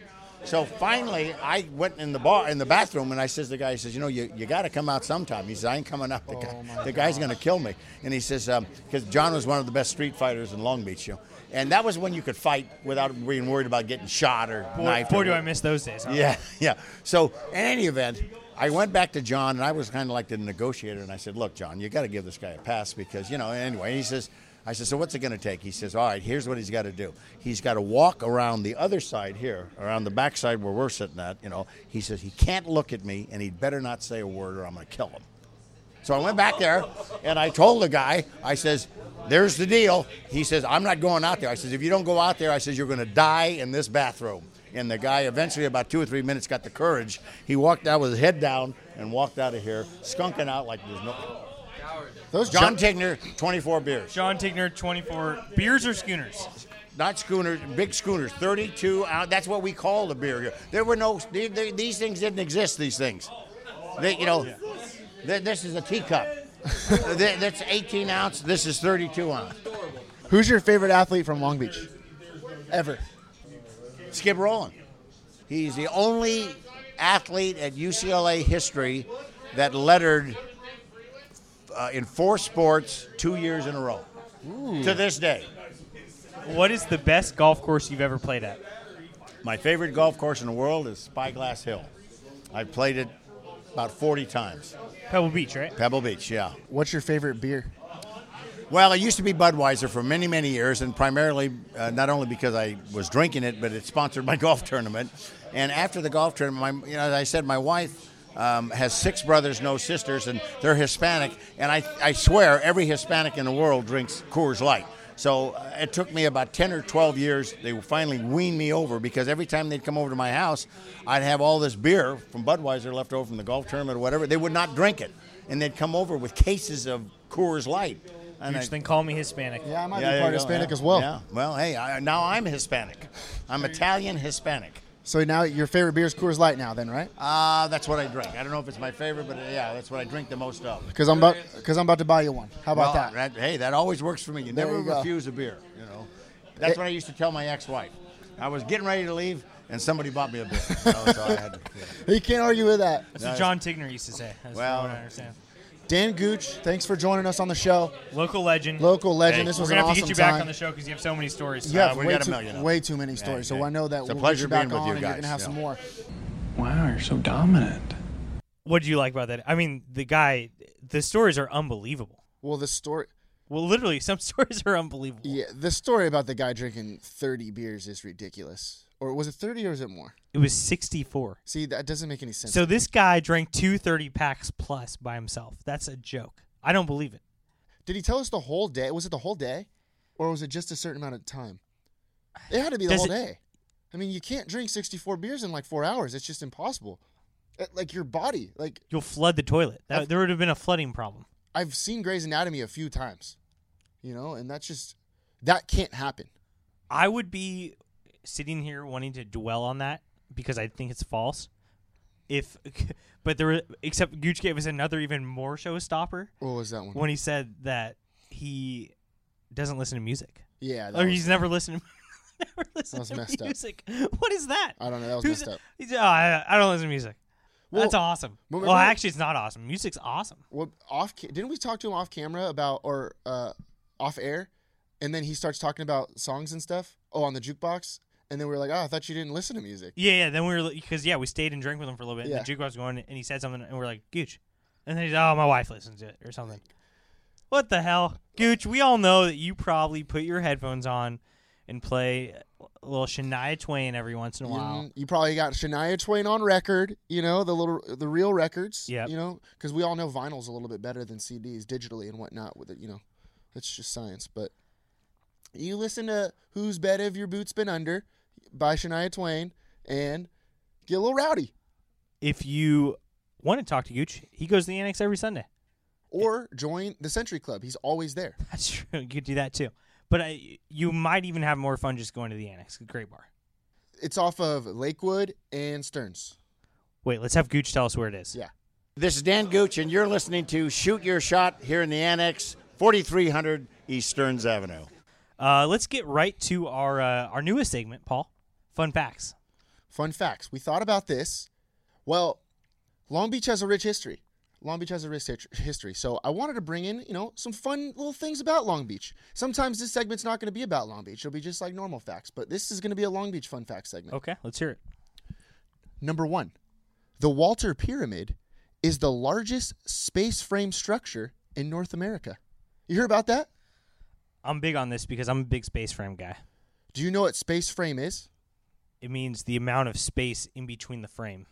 Speaker 6: So finally, I went in the bar in the bathroom, and I says to the guy, he says, "You know, you, you got to come out sometime." He says, "I ain't coming out. The,
Speaker 3: Oh
Speaker 6: guy, the guy's going to kill me." And he says, "Because John was one of the best street fighters in Long Beach, you know, and that was when you could fight without being worried about getting shot or
Speaker 3: Boy,
Speaker 6: knife."
Speaker 3: boy, do I miss those days. Huh?
Speaker 6: Yeah, yeah. So, in any event, I went back to John, and I was kind of like the negotiator, and I said, "Look, John, you got to give this guy a pass because you know." Anyway, he says, "I said, so what's it going to take?" He says, "All right, here's what he's got to do. He's got to walk around the other side here, around the back side where we're sitting at. You know." He says, "He can't look at me, and he'd better not say a word, or I'm going to kill him." So I went back there and I told the guy, I says, there's the deal. He says, I'm not going out there. I says, if you don't go out there, I says, you're going to die in this bathroom. And the guy eventually, about two or three minutes, got the courage. He walked out with his head down and walked out of here, skunking out like there's no.
Speaker 4: Those
Speaker 6: John
Speaker 4: jump-
Speaker 6: Tigner, 24 beers.
Speaker 3: John Tigner, 24 beers or schooners.
Speaker 6: Not schooners, big schooners, 32 ounce. That's what we call the beer here. There were no, they, they, these things didn't exist, these things. They, you know, th- this is a teacup. Th- That's 18 ounce, this is 32 ounce.
Speaker 4: Who's your favorite athlete from Long Beach? Ever.
Speaker 6: Skip Rowland. He's the only athlete at UCLA history that lettered uh, in four sports two years in a row. To this day,
Speaker 3: What is the best golf course you've ever played at?
Speaker 6: my favorite golf course in the world is Spyglass Hill. I've played it about 40 times.
Speaker 3: Pebble Beach, right?
Speaker 6: Pebble Beach, yeah.
Speaker 4: What's your favorite beer?
Speaker 6: Well, it used to be Budweiser for many, many years, and primarily uh, not only because I was drinking it, but it sponsored my golf tournament. And after the golf tournament, my, you know, as I said, my wife um, has six brothers, no sisters, and they're Hispanic. And I, I swear, every Hispanic in the world drinks Coors Light. So uh, it took me about 10 or 12 years. They finally weaned me over because every time they'd come over to my house, I'd have all this beer from Budweiser left over from the golf tournament or whatever. They would not drink it. And they'd come over with cases of Coors Light. And
Speaker 3: Beach,
Speaker 6: I-
Speaker 3: then call me Hispanic.
Speaker 4: Yeah, I might
Speaker 6: yeah,
Speaker 4: be
Speaker 6: there
Speaker 4: part
Speaker 6: you go,
Speaker 4: Hispanic
Speaker 6: yeah.
Speaker 4: as well.
Speaker 6: Yeah. Well, hey, I, now I'm Hispanic. I'm Italian Hispanic.
Speaker 4: So now your favorite beer is Coors Light now, then, right?
Speaker 6: Uh, that's what I drink. I don't know if it's my favorite, but uh, yeah, that's what I drink the most of.
Speaker 4: Because I'm about because I'm about to buy you one. How about
Speaker 6: Well,
Speaker 4: that?
Speaker 6: Hey, that always works for me. You
Speaker 4: There
Speaker 6: never
Speaker 4: you go. Eh
Speaker 6: refuse a beer. You know, that's
Speaker 4: It-
Speaker 6: what I used to tell my ex-wife. I was getting ready to leave, and somebody bought me a beer. oh, so I had to,
Speaker 4: You can't argue with that.
Speaker 3: That's what John Tigner used to say. That's
Speaker 6: Well-
Speaker 3: what I understand.
Speaker 4: Dan Gooch, thanks for joining us on the show.
Speaker 3: Local legend.
Speaker 4: Local legend.
Speaker 6: Hey,
Speaker 4: this
Speaker 3: We're
Speaker 4: was
Speaker 3: gonna
Speaker 4: an
Speaker 3: have
Speaker 4: awesome
Speaker 3: to get you
Speaker 4: time.
Speaker 3: back on the show because you have so many stories.
Speaker 4: Yeah,
Speaker 6: Uh, we
Speaker 4: way,
Speaker 6: got a
Speaker 4: too,
Speaker 6: million of them.
Speaker 4: way too many stories.
Speaker 6: yeah.
Speaker 4: So I know that
Speaker 6: It's a
Speaker 4: we'll
Speaker 6: pleasure
Speaker 4: get you back
Speaker 6: being with
Speaker 4: on
Speaker 6: you
Speaker 4: and you're
Speaker 6: guys,
Speaker 4: gonna have
Speaker 6: yeah.
Speaker 4: some more.
Speaker 7: Wow, you're so dominant.
Speaker 3: What do you like about that? I mean, the guy, the stories are unbelievable.
Speaker 4: Well, the story,
Speaker 3: Well, literally, some stories are unbelievable.
Speaker 4: yeah, the story about the guy drinking 30 beers is ridiculous. Or was it 30 or is it more?
Speaker 3: It was 64.
Speaker 4: See, that doesn't make any sense.
Speaker 3: So this guy drank two thirty packs plus by himself. That's a joke. I don't believe it.
Speaker 4: Did he tell us the whole day? Was it the whole day, or was it just a certain amount of time? It had to be the
Speaker 3: Does
Speaker 4: whole
Speaker 3: it-
Speaker 4: day. I mean, you can't drink sixty-four beers in like four hours. It's just impossible. Uh, Like your body. Like
Speaker 3: You'll flood the toilet. That, there would have been a flooding problem.
Speaker 4: I've seen Grey's Anatomy a few times, you know, and that's just that can't happen.
Speaker 3: I would be sitting here wanting to dwell on that because I think it's false. If, but there, were, except Gooch gave us another even more showstopper
Speaker 4: What was that one?
Speaker 3: when he said that he doesn't listen to music
Speaker 4: yeah, that
Speaker 3: or
Speaker 4: was-
Speaker 3: he's never listened. to Never listened
Speaker 4: was
Speaker 3: to
Speaker 4: messed up.
Speaker 3: music. What is that?
Speaker 4: I don't know, that was
Speaker 3: Who's-
Speaker 4: messed up.
Speaker 3: he's- oh, I, I don't listen to music.
Speaker 4: Well,
Speaker 3: That's awesome.
Speaker 4: well,
Speaker 3: Well,
Speaker 4: remember-
Speaker 3: actually, it's not awesome. Music's awesome.
Speaker 4: well, off. Ca- didn't we talk to him off camera about or uh, off air and then he starts talking about songs and stuff. Oh, on the jukebox, and then we were like, oh, I thought you didn't listen to music.
Speaker 3: Yeah, yeah. Then we were because yeah, we stayed and drank with him for a little bit.
Speaker 4: Yeah.
Speaker 3: And the jukebox was going, and he said something, and we are like, Gooch, and then he's, oh, my wife listens to it or something. What the hell, Gooch? We all know that you probably put your headphones on and play a little Shania Twain every once in a while.
Speaker 4: Mm, You, you probably got Shania Twain on record, you know, the little the real records.
Speaker 3: Yep.
Speaker 4: You know, because we all know vinyl's a little bit better than CDs digitally and whatnot. With it, you know, that's just science. But you listen to "Whose Bed Have Your Boots Been Under" by Shania Twain and get a little rowdy,
Speaker 3: If you want to talk to Gooch, he goes to the annex every Sunday.
Speaker 4: or join the Century Club. He's always there.
Speaker 3: That's true. You could do that too. But I, you might even have more fun just going to the annex. Great bar.
Speaker 4: It's off of Lakewood and Stearns.
Speaker 3: Wait, let's have Gooch tell us where it is.
Speaker 4: Yeah.
Speaker 6: This is Dan Gooch, and you're listening to Shoot Your Shot here in the Annex, 4300 East Stearns Avenue.
Speaker 3: Uh, let's get right to our uh, our newest segment, Paul. Fun facts.
Speaker 4: Fun facts. We thought about this. Well, Long Beach has a rich history. Long Beach has a rich hist- history. So I wanted to bring in, you know, some fun little things about Long Beach. Sometimes this segment's not going to be about Long Beach. It'll be just like normal facts, but this is going to be a Long Beach fun fact segment.
Speaker 3: Okay, let's hear it.
Speaker 4: Number 1. The Walter Pyramid is the largest space frame structure in North America. You hear about that?
Speaker 3: I'm big on this because I'm a big space frame guy.
Speaker 4: Do you know what space frame is?
Speaker 3: It means the amount of space in between the frame.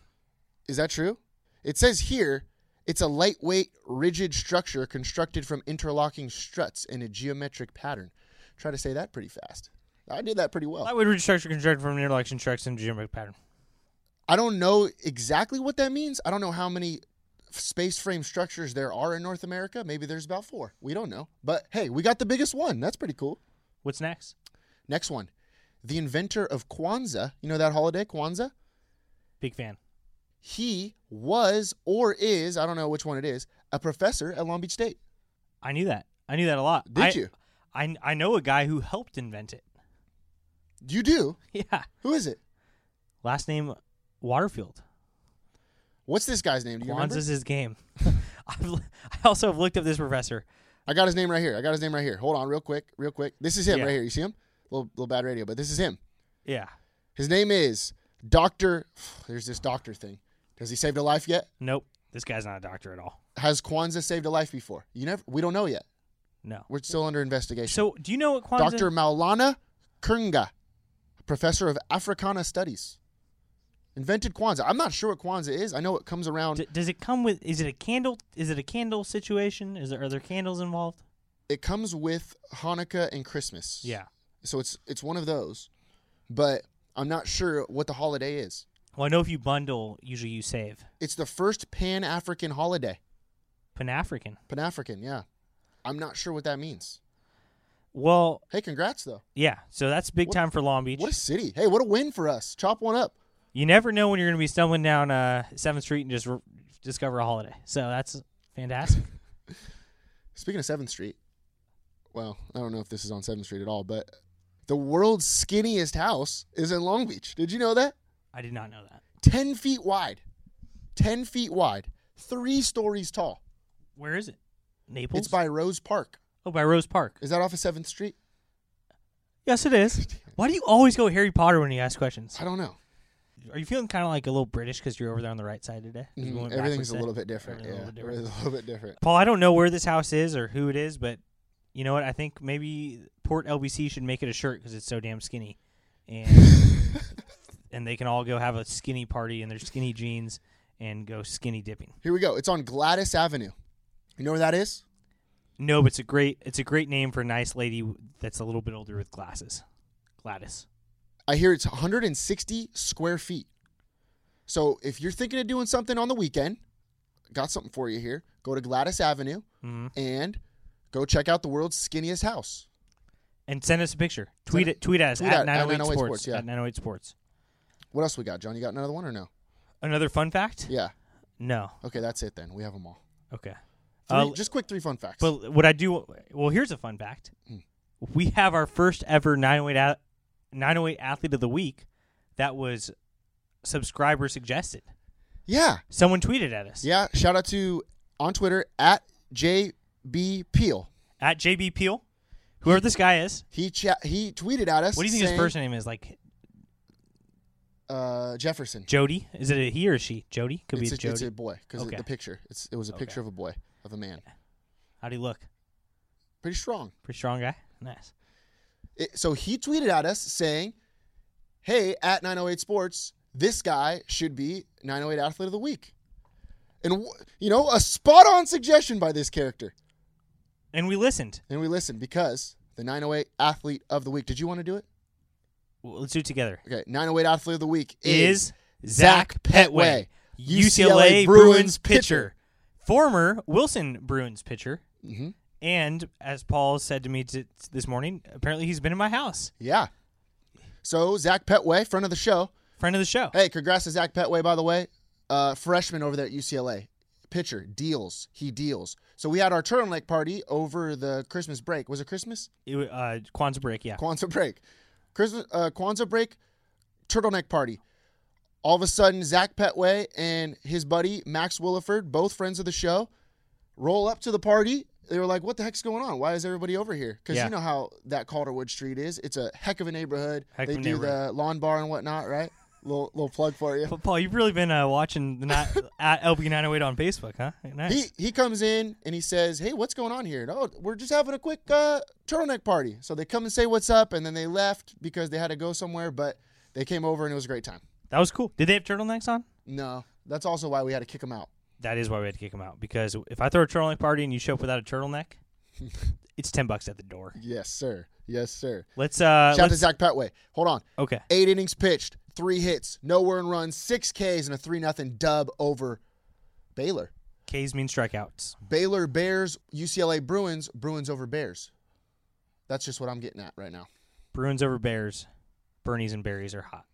Speaker 4: Is that true? It says here it's a lightweight, rigid structure constructed from interlocking struts in a geometric pattern. Try to say that pretty fast. I did that pretty well.
Speaker 3: I would restructure constructed from an interlocked structure and geometric pattern.
Speaker 4: I don't know exactly what that means. I don't know how many f- space frame structures there are in North America. Maybe there's about four. We don't know. But hey, we got the biggest one. That's pretty cool.
Speaker 3: What's next?
Speaker 4: Next one. The inventor of Kwanzaa, you know that holiday, Kwanzaa?
Speaker 3: Big fan.
Speaker 4: He was or is, I don't know which one it is, a professor at Long Beach State.
Speaker 3: I knew that. I knew that a lot.
Speaker 4: Did
Speaker 3: I-
Speaker 4: you?
Speaker 3: I I know a guy who helped invent it.
Speaker 4: You do?
Speaker 3: Yeah.
Speaker 4: Who is it?
Speaker 3: Last name Waterfield.
Speaker 4: What's this guy's name? Do you remember?
Speaker 3: Kwanzaa's his game. I've, l- I also have looked up this professor.
Speaker 4: I got his name right here. I got his name right here. Hold on, real quick, real quick. This is him
Speaker 3: Yeah.
Speaker 4: right here. You see him? Little, little bad radio, but this is him.
Speaker 3: Yeah.
Speaker 4: His name is Doctor. There's this doctor thing. Has he saved a life yet?
Speaker 3: Nope. This guy's not a doctor at all.
Speaker 4: Has Kwanzaa saved a life before? You never. We don't know yet.
Speaker 3: No.
Speaker 4: We're still under investigation.
Speaker 3: So do you know what Kwanzaa?
Speaker 4: Doctor Maulana Kernga, professor of Africana studies, invented Kwanzaa. I'm not sure what Kwanzaa is. I know it comes around.
Speaker 3: D- does it come with? Is it a candle? Is it a candle situation? Is there are there candles involved?
Speaker 4: it comes with Hanukkah and Christmas.
Speaker 3: Yeah.
Speaker 4: So it's it's one of those, but I'm not sure what the holiday is.
Speaker 3: Well, I know if you bundle, usually you save.
Speaker 4: It's the first Pan African holiday.
Speaker 3: Pan African.
Speaker 4: Pan African, yeah. I'm not sure what that means.
Speaker 3: Well,
Speaker 4: Hey, congrats though.
Speaker 3: yeah. So that's big
Speaker 4: What-
Speaker 3: time for Long Beach.
Speaker 4: What a city. Hey, what a win for us. Chop one up.
Speaker 3: you never know when you're going to be stumbling down uh, 7th Street and just r discover a holiday. So that's fantastic.
Speaker 4: Speaking of 7th Street, well, I don't know if this is on 7th Street at all, but the world's skinniest house is in Long Beach. Did you know that?
Speaker 3: I did not know that.
Speaker 4: 10 feet wide. 10 feet wide. Three stories tall.
Speaker 3: Where is it? Naples?
Speaker 4: It's by Rose Park.
Speaker 3: oh, by Rose Park.
Speaker 4: Is that off of 7th Street?
Speaker 3: Yes, it is. Why do you always go Harry Potter when you ask questions?
Speaker 4: I don't know.
Speaker 3: Are you feeling kind of like a little British because you're over there on the right side today? 'Cause we
Speaker 4: Mm,
Speaker 3: went backwards
Speaker 4: everything's a
Speaker 3: today?
Speaker 4: little bit different.
Speaker 3: Everything's a
Speaker 4: Yeah,
Speaker 3: little bit different.
Speaker 4: everything's a little bit different.
Speaker 3: Paul, I don't know where this house is or who it is, but you know what? I think maybe Port LBC should make it a shirt because it's so damn skinny, and and they can all go have a skinny party in their skinny jeans and go skinny dipping.
Speaker 4: Here we go. It's on Gladys Avenue. You know where that is?
Speaker 3: No, but it's a great it's a great name for a nice lady w- that's a little bit older with glasses. Gladys.
Speaker 4: I hear it's 160 square feet. So if you're thinking of doing something on the weekend, got something for you here. Go to Gladys Avenue
Speaker 3: Mm-hmm.
Speaker 4: and go check out the world's skinniest house.
Speaker 3: And send us a picture. Tweet it. Tweet at us
Speaker 4: Tweet at-
Speaker 3: at
Speaker 4: at
Speaker 3: 908
Speaker 4: 908
Speaker 3: Sports.
Speaker 4: Sports, yeah.
Speaker 3: At 908 Sports.
Speaker 4: What else we got, John? You got another one or no?
Speaker 3: Another fun fact?
Speaker 4: Yeah.
Speaker 3: No.
Speaker 4: Okay, that's it then. We have them all.
Speaker 3: Okay.
Speaker 4: Three,
Speaker 3: Uh,
Speaker 4: just quick three fun facts.
Speaker 3: But what I do, well, here's a fun fact:
Speaker 4: Hmm.
Speaker 3: we have our first ever 908 ath- 908 athlete of the week. That was subscriber suggested.
Speaker 4: yeah.
Speaker 3: Someone tweeted at us.
Speaker 4: Yeah. Shout out to on Twitter at JB Peel.
Speaker 3: At JB Peel, Whoever this guy is,
Speaker 4: He cha- he tweeted at us.
Speaker 3: what do you think
Speaker 4: saying,
Speaker 3: his first name is? Like
Speaker 4: Uh, Jefferson.
Speaker 3: Jody? Is it a he or she? Jody could
Speaker 4: it's, a,
Speaker 3: be a, Jody.
Speaker 4: it's a boy because
Speaker 3: Okay.
Speaker 4: the picture. It's it was a picture of a boy of a man.
Speaker 3: How do you look?
Speaker 4: Pretty strong.
Speaker 3: Pretty strong guy. Nice.
Speaker 4: It- so he tweeted at us saying, "Hey, at 908 Sports, this guy should be 908 Athlete of the Week." And wh- you know, a spot-on suggestion by this character.
Speaker 3: And we listened.
Speaker 4: And we listened because the 908 Athlete of the Week. Did you want to do it?
Speaker 3: Well, Let's do it together.
Speaker 4: Okay, 908 Athlete of the Week
Speaker 3: Is
Speaker 4: is,
Speaker 3: Zach Petway, UCLA Bruins pitcher, former Wilson Bruins pitcher,
Speaker 4: Mm-hmm.
Speaker 3: and as Paul said to me t- this morning, apparently he's been in my house.
Speaker 4: Yeah. So Zach Petway, friend of the show.
Speaker 3: Friend of the show.
Speaker 4: Hey, congrats to Zach Petway, by the way. Uh, freshman over there at UCLA. Pitcher deals. He deals. So we had our Turtle Lake party over the Christmas break. Was it Christmas?
Speaker 3: It wa- uh, Kwanzaa break, yeah.
Speaker 4: Kwanzaa break. Christmas uh, Kwanzaa break, turtleneck party. All of a sudden, Zach Petway and his buddy Max Williford, both friends of the show, roll up to the party. They were like, "What the heck's going on? Why is everybody over here?" Because
Speaker 3: Yeah.
Speaker 4: you know how that Calderwood Street is. It's a heck of a neighborhood.
Speaker 3: Heck of
Speaker 4: they do
Speaker 3: a
Speaker 4: the
Speaker 3: neighborhood.
Speaker 4: lawn bar and whatnot, right? little little plug for you.
Speaker 3: But Paul, you've really been uh, watching the not, at LB908 on Facebook, huh? Nice.
Speaker 4: He he comes in and he says, "Hey, what's going on here?" And, oh, we're just having a quick uh, turtleneck party. So they come and say what's up, and then they left because they had to go somewhere. But they came over and it was a great time.
Speaker 3: that was cool. Did they have turtlenecks on?
Speaker 4: No, that's also why we had to kick them out.
Speaker 3: That is why we had to kick him out because if I throw a turtleneck party and you show up without a turtleneck, it's ten bucks at the door.
Speaker 4: Yes, sir. Yes, sir.
Speaker 3: Let's
Speaker 4: Shout
Speaker 3: uh,
Speaker 4: out to
Speaker 3: let's,
Speaker 4: Zach Petway. Hold on.
Speaker 3: okay.
Speaker 4: Eight innings pitched, three hits, no earned runs, six Ks, and a three nothing dub over Baylor.
Speaker 3: K's mean strikeouts.
Speaker 4: Baylor Bears, UCLA Bruins, Bruins over Bears. That's just what I'm getting at right now.
Speaker 3: Bruins over Bears. Bernies and berries are hot.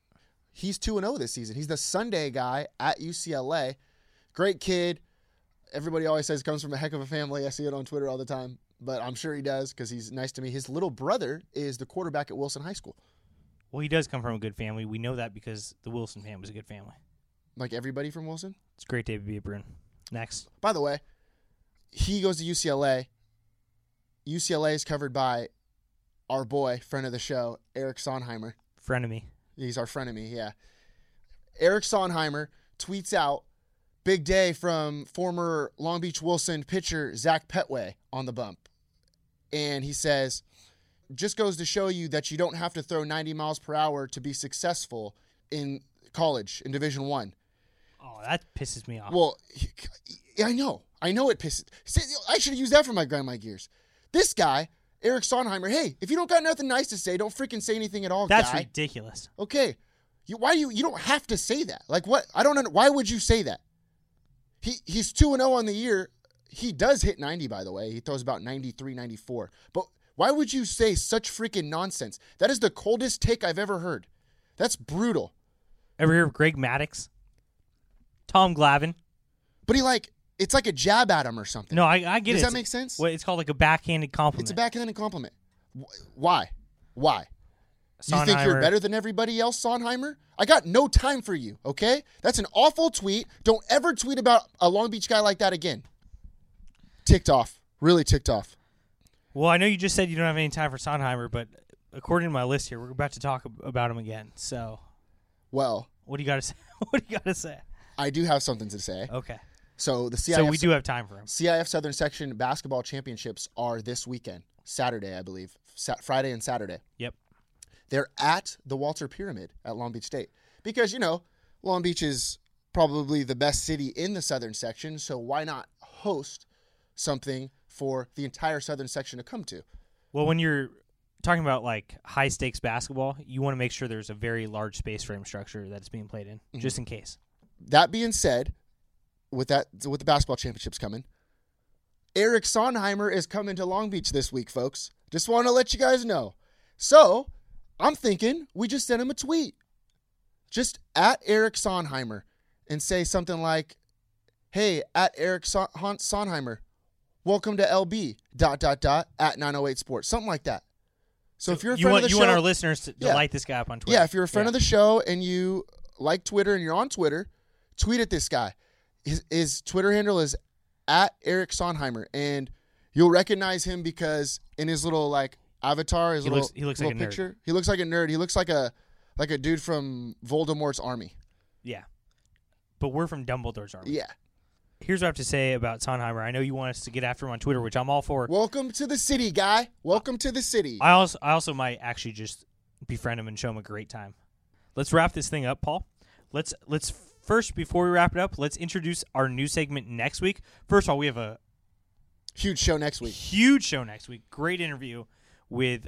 Speaker 4: he's 2 0 this season. He's the Sunday guy at UCLA. Great kid. Everybody always says comes from a heck of a family. I see it on Twitter all the time, but I'm sure he does because he's nice to me. His little brother is the quarterback at Wilson High School.
Speaker 3: Well, he does come from a good family. We know that because the Wilson family was a good family.
Speaker 4: Like everybody from Wilson.
Speaker 3: It's a great day to be a Bruin. Next,
Speaker 4: By the way, he goes to UCLA. UCLA is covered by our boy, friend of the show, Eric Sonheimer.
Speaker 3: friend of me.
Speaker 4: He's our frenemy, yeah. Eric Sonheimer tweets out big day from former Long Beach Wilson pitcher Zach Petway on the bump. And he says, just goes to show you that you don't have to throw 90 miles per hour to be successful in college in Division One.
Speaker 3: Oh, that pisses me off.
Speaker 4: Well, he- he- I know. I know it pisses. See, I should have used that for my grandma gears. This guy, Eric Sonheimer, hey, if you don't got nothing nice to say, don't freaking say anything at all,
Speaker 3: That's
Speaker 4: guy.
Speaker 3: ridiculous.
Speaker 4: Okay. You why you you don't have to say that. Like what? I don't know. Why would you say that? He he's 2 and 0 on the year. He does hit 90 by the way. He throws about 93, 94. But why would you say such freaking nonsense? That is the coldest take I've ever heard. That's brutal.
Speaker 3: Ever hear of Greg Maddox? Tom Glavin?
Speaker 4: But he like it's like a jab at him or something.
Speaker 3: No, I, I get
Speaker 4: Does
Speaker 3: it.
Speaker 4: that
Speaker 3: It's-
Speaker 4: make sense?
Speaker 3: Well, it's called like a backhanded compliment.
Speaker 4: it's a backhanded compliment. Wh- Why? Why? You think
Speaker 3: Sondheimer.
Speaker 4: you're better than everybody else, Sonheimer? I got no time for you, okay? That's an awful tweet. Don't ever tweet about a Long Beach guy like that again. Ticked off. Really ticked off.
Speaker 3: Well, I know you just said you don't have any time for Sondheimer, but according to my list here, we're about to talk ab- about him again. So,
Speaker 4: Well,
Speaker 3: what do you got to say? what do you got to say?
Speaker 4: I do have something to say.
Speaker 3: Okay.
Speaker 4: So the CIF,
Speaker 3: So we do have time for him.
Speaker 4: CIF Southern Section Basketball Championships are this weekend, Saturday, I believe, Sa- Friday and Saturday.
Speaker 3: Yep.
Speaker 4: They're at the Walter Pyramid at Long Beach State because you know Long Beach is probably the best city in the southern section, so why not host something for the entire southern section to come to?
Speaker 3: Well, when you're talking about like high stakes basketball, you want to make sure there's a very large space frame structure that's being played in,
Speaker 4: Mm-hmm.
Speaker 3: just in case.
Speaker 4: That being said, with that with the basketball championships coming, Eric Sonheimer is coming to Long Beach this week, folks. Just want to let you guys know. So, I'm thinking we just send him a tweet. Just at Eric Sonheimer and say something like, hey, at Eric Son- Hon- Sonheimer, welcome to LB, dot, dot, dot, at 908 Sports. Something like that. So, if you're a
Speaker 3: you
Speaker 4: friend
Speaker 3: want
Speaker 4: of the
Speaker 3: you
Speaker 4: show,
Speaker 3: want our listeners to, to
Speaker 4: Yeah.
Speaker 3: light this guy up on Twitter.
Speaker 4: yeah, if you're a friend of the show and you like Twitter and you're on Twitter, tweet at this guy. His, his Twitter handle is at Eric Sonheimer, and you'll recognize him because in his little like Avatar, his
Speaker 3: He
Speaker 4: little,
Speaker 3: looks- he looks
Speaker 4: little
Speaker 3: like a nerd.
Speaker 4: picture. He looks like a nerd. He looks like a like a dude from Voldemort's army.
Speaker 3: Yeah. But we're from Dumbledore's army.
Speaker 4: Yeah.
Speaker 3: Here's what I have to say about Sondheimer. I know you want us to get after him on Twitter, which I'm all for.
Speaker 4: Welcome to the city, guy. Welcome to the city.
Speaker 3: I also I also might actually just befriend him and show him a great time. Let's wrap this thing up, Paul. Let's let's first before we wrap it up, let's introduce our new segment next week. First of all, we have a
Speaker 4: Huge show next week.
Speaker 3: huge show next week. Great interview with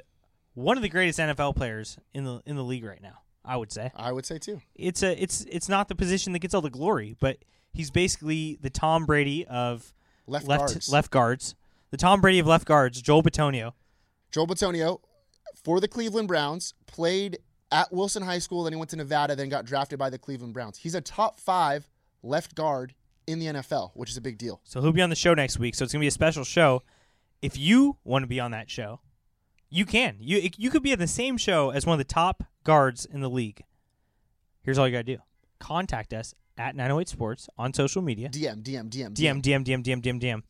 Speaker 3: one of the greatest NFL players in the in the league right now. I would say
Speaker 4: I would say too.
Speaker 3: it's a it's it's not the position that gets all the glory, but he's basically the Tom Brady of
Speaker 4: Left
Speaker 3: left
Speaker 4: guards.
Speaker 3: left guards. The Tom Brady of left guards, Joel Batonio.
Speaker 4: Joel Batonio for the Cleveland Browns played at Wilson High School, then he went to Nevada, then got drafted by the Cleveland Browns. He's a top five left guard in the NFL, which is a big deal.
Speaker 3: So he'll be on the show next week. So it's gonna be a special show. If you want to be on that show, you can. You you could be at the same show as one of the top guards in the league. Here's all you gotta do: contact us at 908 Sports on social media.
Speaker 4: DM, DM, DM,
Speaker 3: DM DM DM DM DM DM.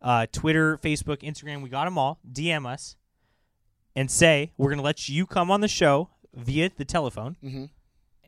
Speaker 3: Uh, Twitter, Facebook, Instagram, we got them all. DM us and say we're gonna let you come on the show via the telephone
Speaker 4: Mhm.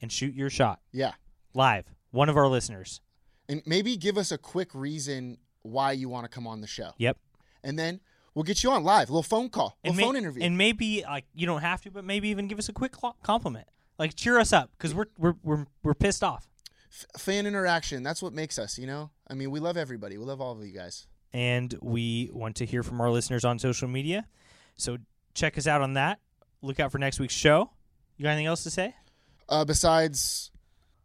Speaker 3: and shoot your shot
Speaker 4: Yeah.
Speaker 3: live. One of our listeners.
Speaker 4: And maybe give us a quick reason why you want to come on the show.
Speaker 3: Yep.
Speaker 4: And then we'll get you on live. A little phone call, a little
Speaker 3: and may-
Speaker 4: phone interview.
Speaker 3: and maybe like you don't have to, but maybe even give us a quick cl- compliment, like cheer us up because we're, we're we're we're pissed off.
Speaker 4: F- fan interaction. That's what makes us, you know? I mean, we love everybody. We love all of you guys.
Speaker 3: and we want to hear from our listeners on social media. So check us out on that. Look out for next week's show. You got anything else to say?
Speaker 4: Uh, besides,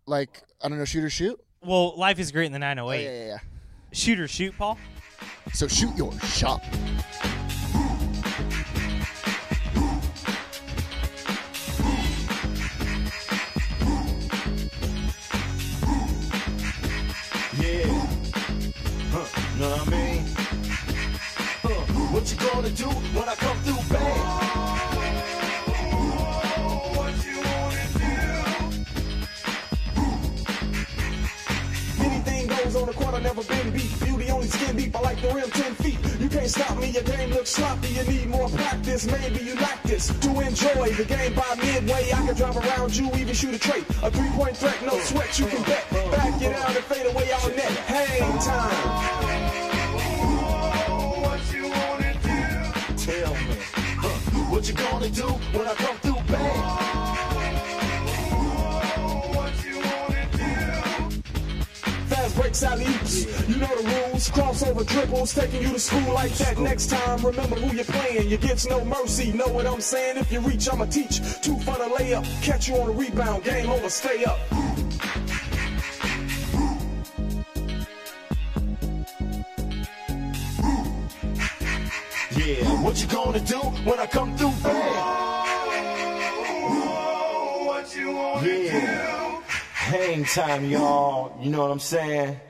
Speaker 4: like, I don't know, shoot or shoot?
Speaker 3: Well, life is great in the 908.
Speaker 4: Oh, Yeah, yeah, yeah.
Speaker 3: Shoot or shoot, Paul.
Speaker 4: So shoot your shot.
Speaker 8: Yeah. Huh, know what I mean? Huh, what you gonna do when I come through bang? What you wanna do? Anything goes on the court, I never been beat. Beauty only skin deep, I like the rim 10 feet. You can't stop me, your game looks sloppy. You need more practice, maybe you like this. To enjoy the game by midway, I can drive around you, even shoot a trait. A three point threat, no sweat, you can bet. Back it out and fade away all net. Hang time. Tell me, huh, what you gonna do when I come through bang? Fast breaks out oops. You know the rules. Crossover dribbles, taking you to school like that. Next time, remember who you're playing. You get no mercy. Know what I'm saying? If you reach, I'ma teach. Two for the layup. Catch you on a rebound. Game over. Stay up. Yeah, what you gonna do when I come through? what you wanna do? Hang time, y'all. You know what I'm saying?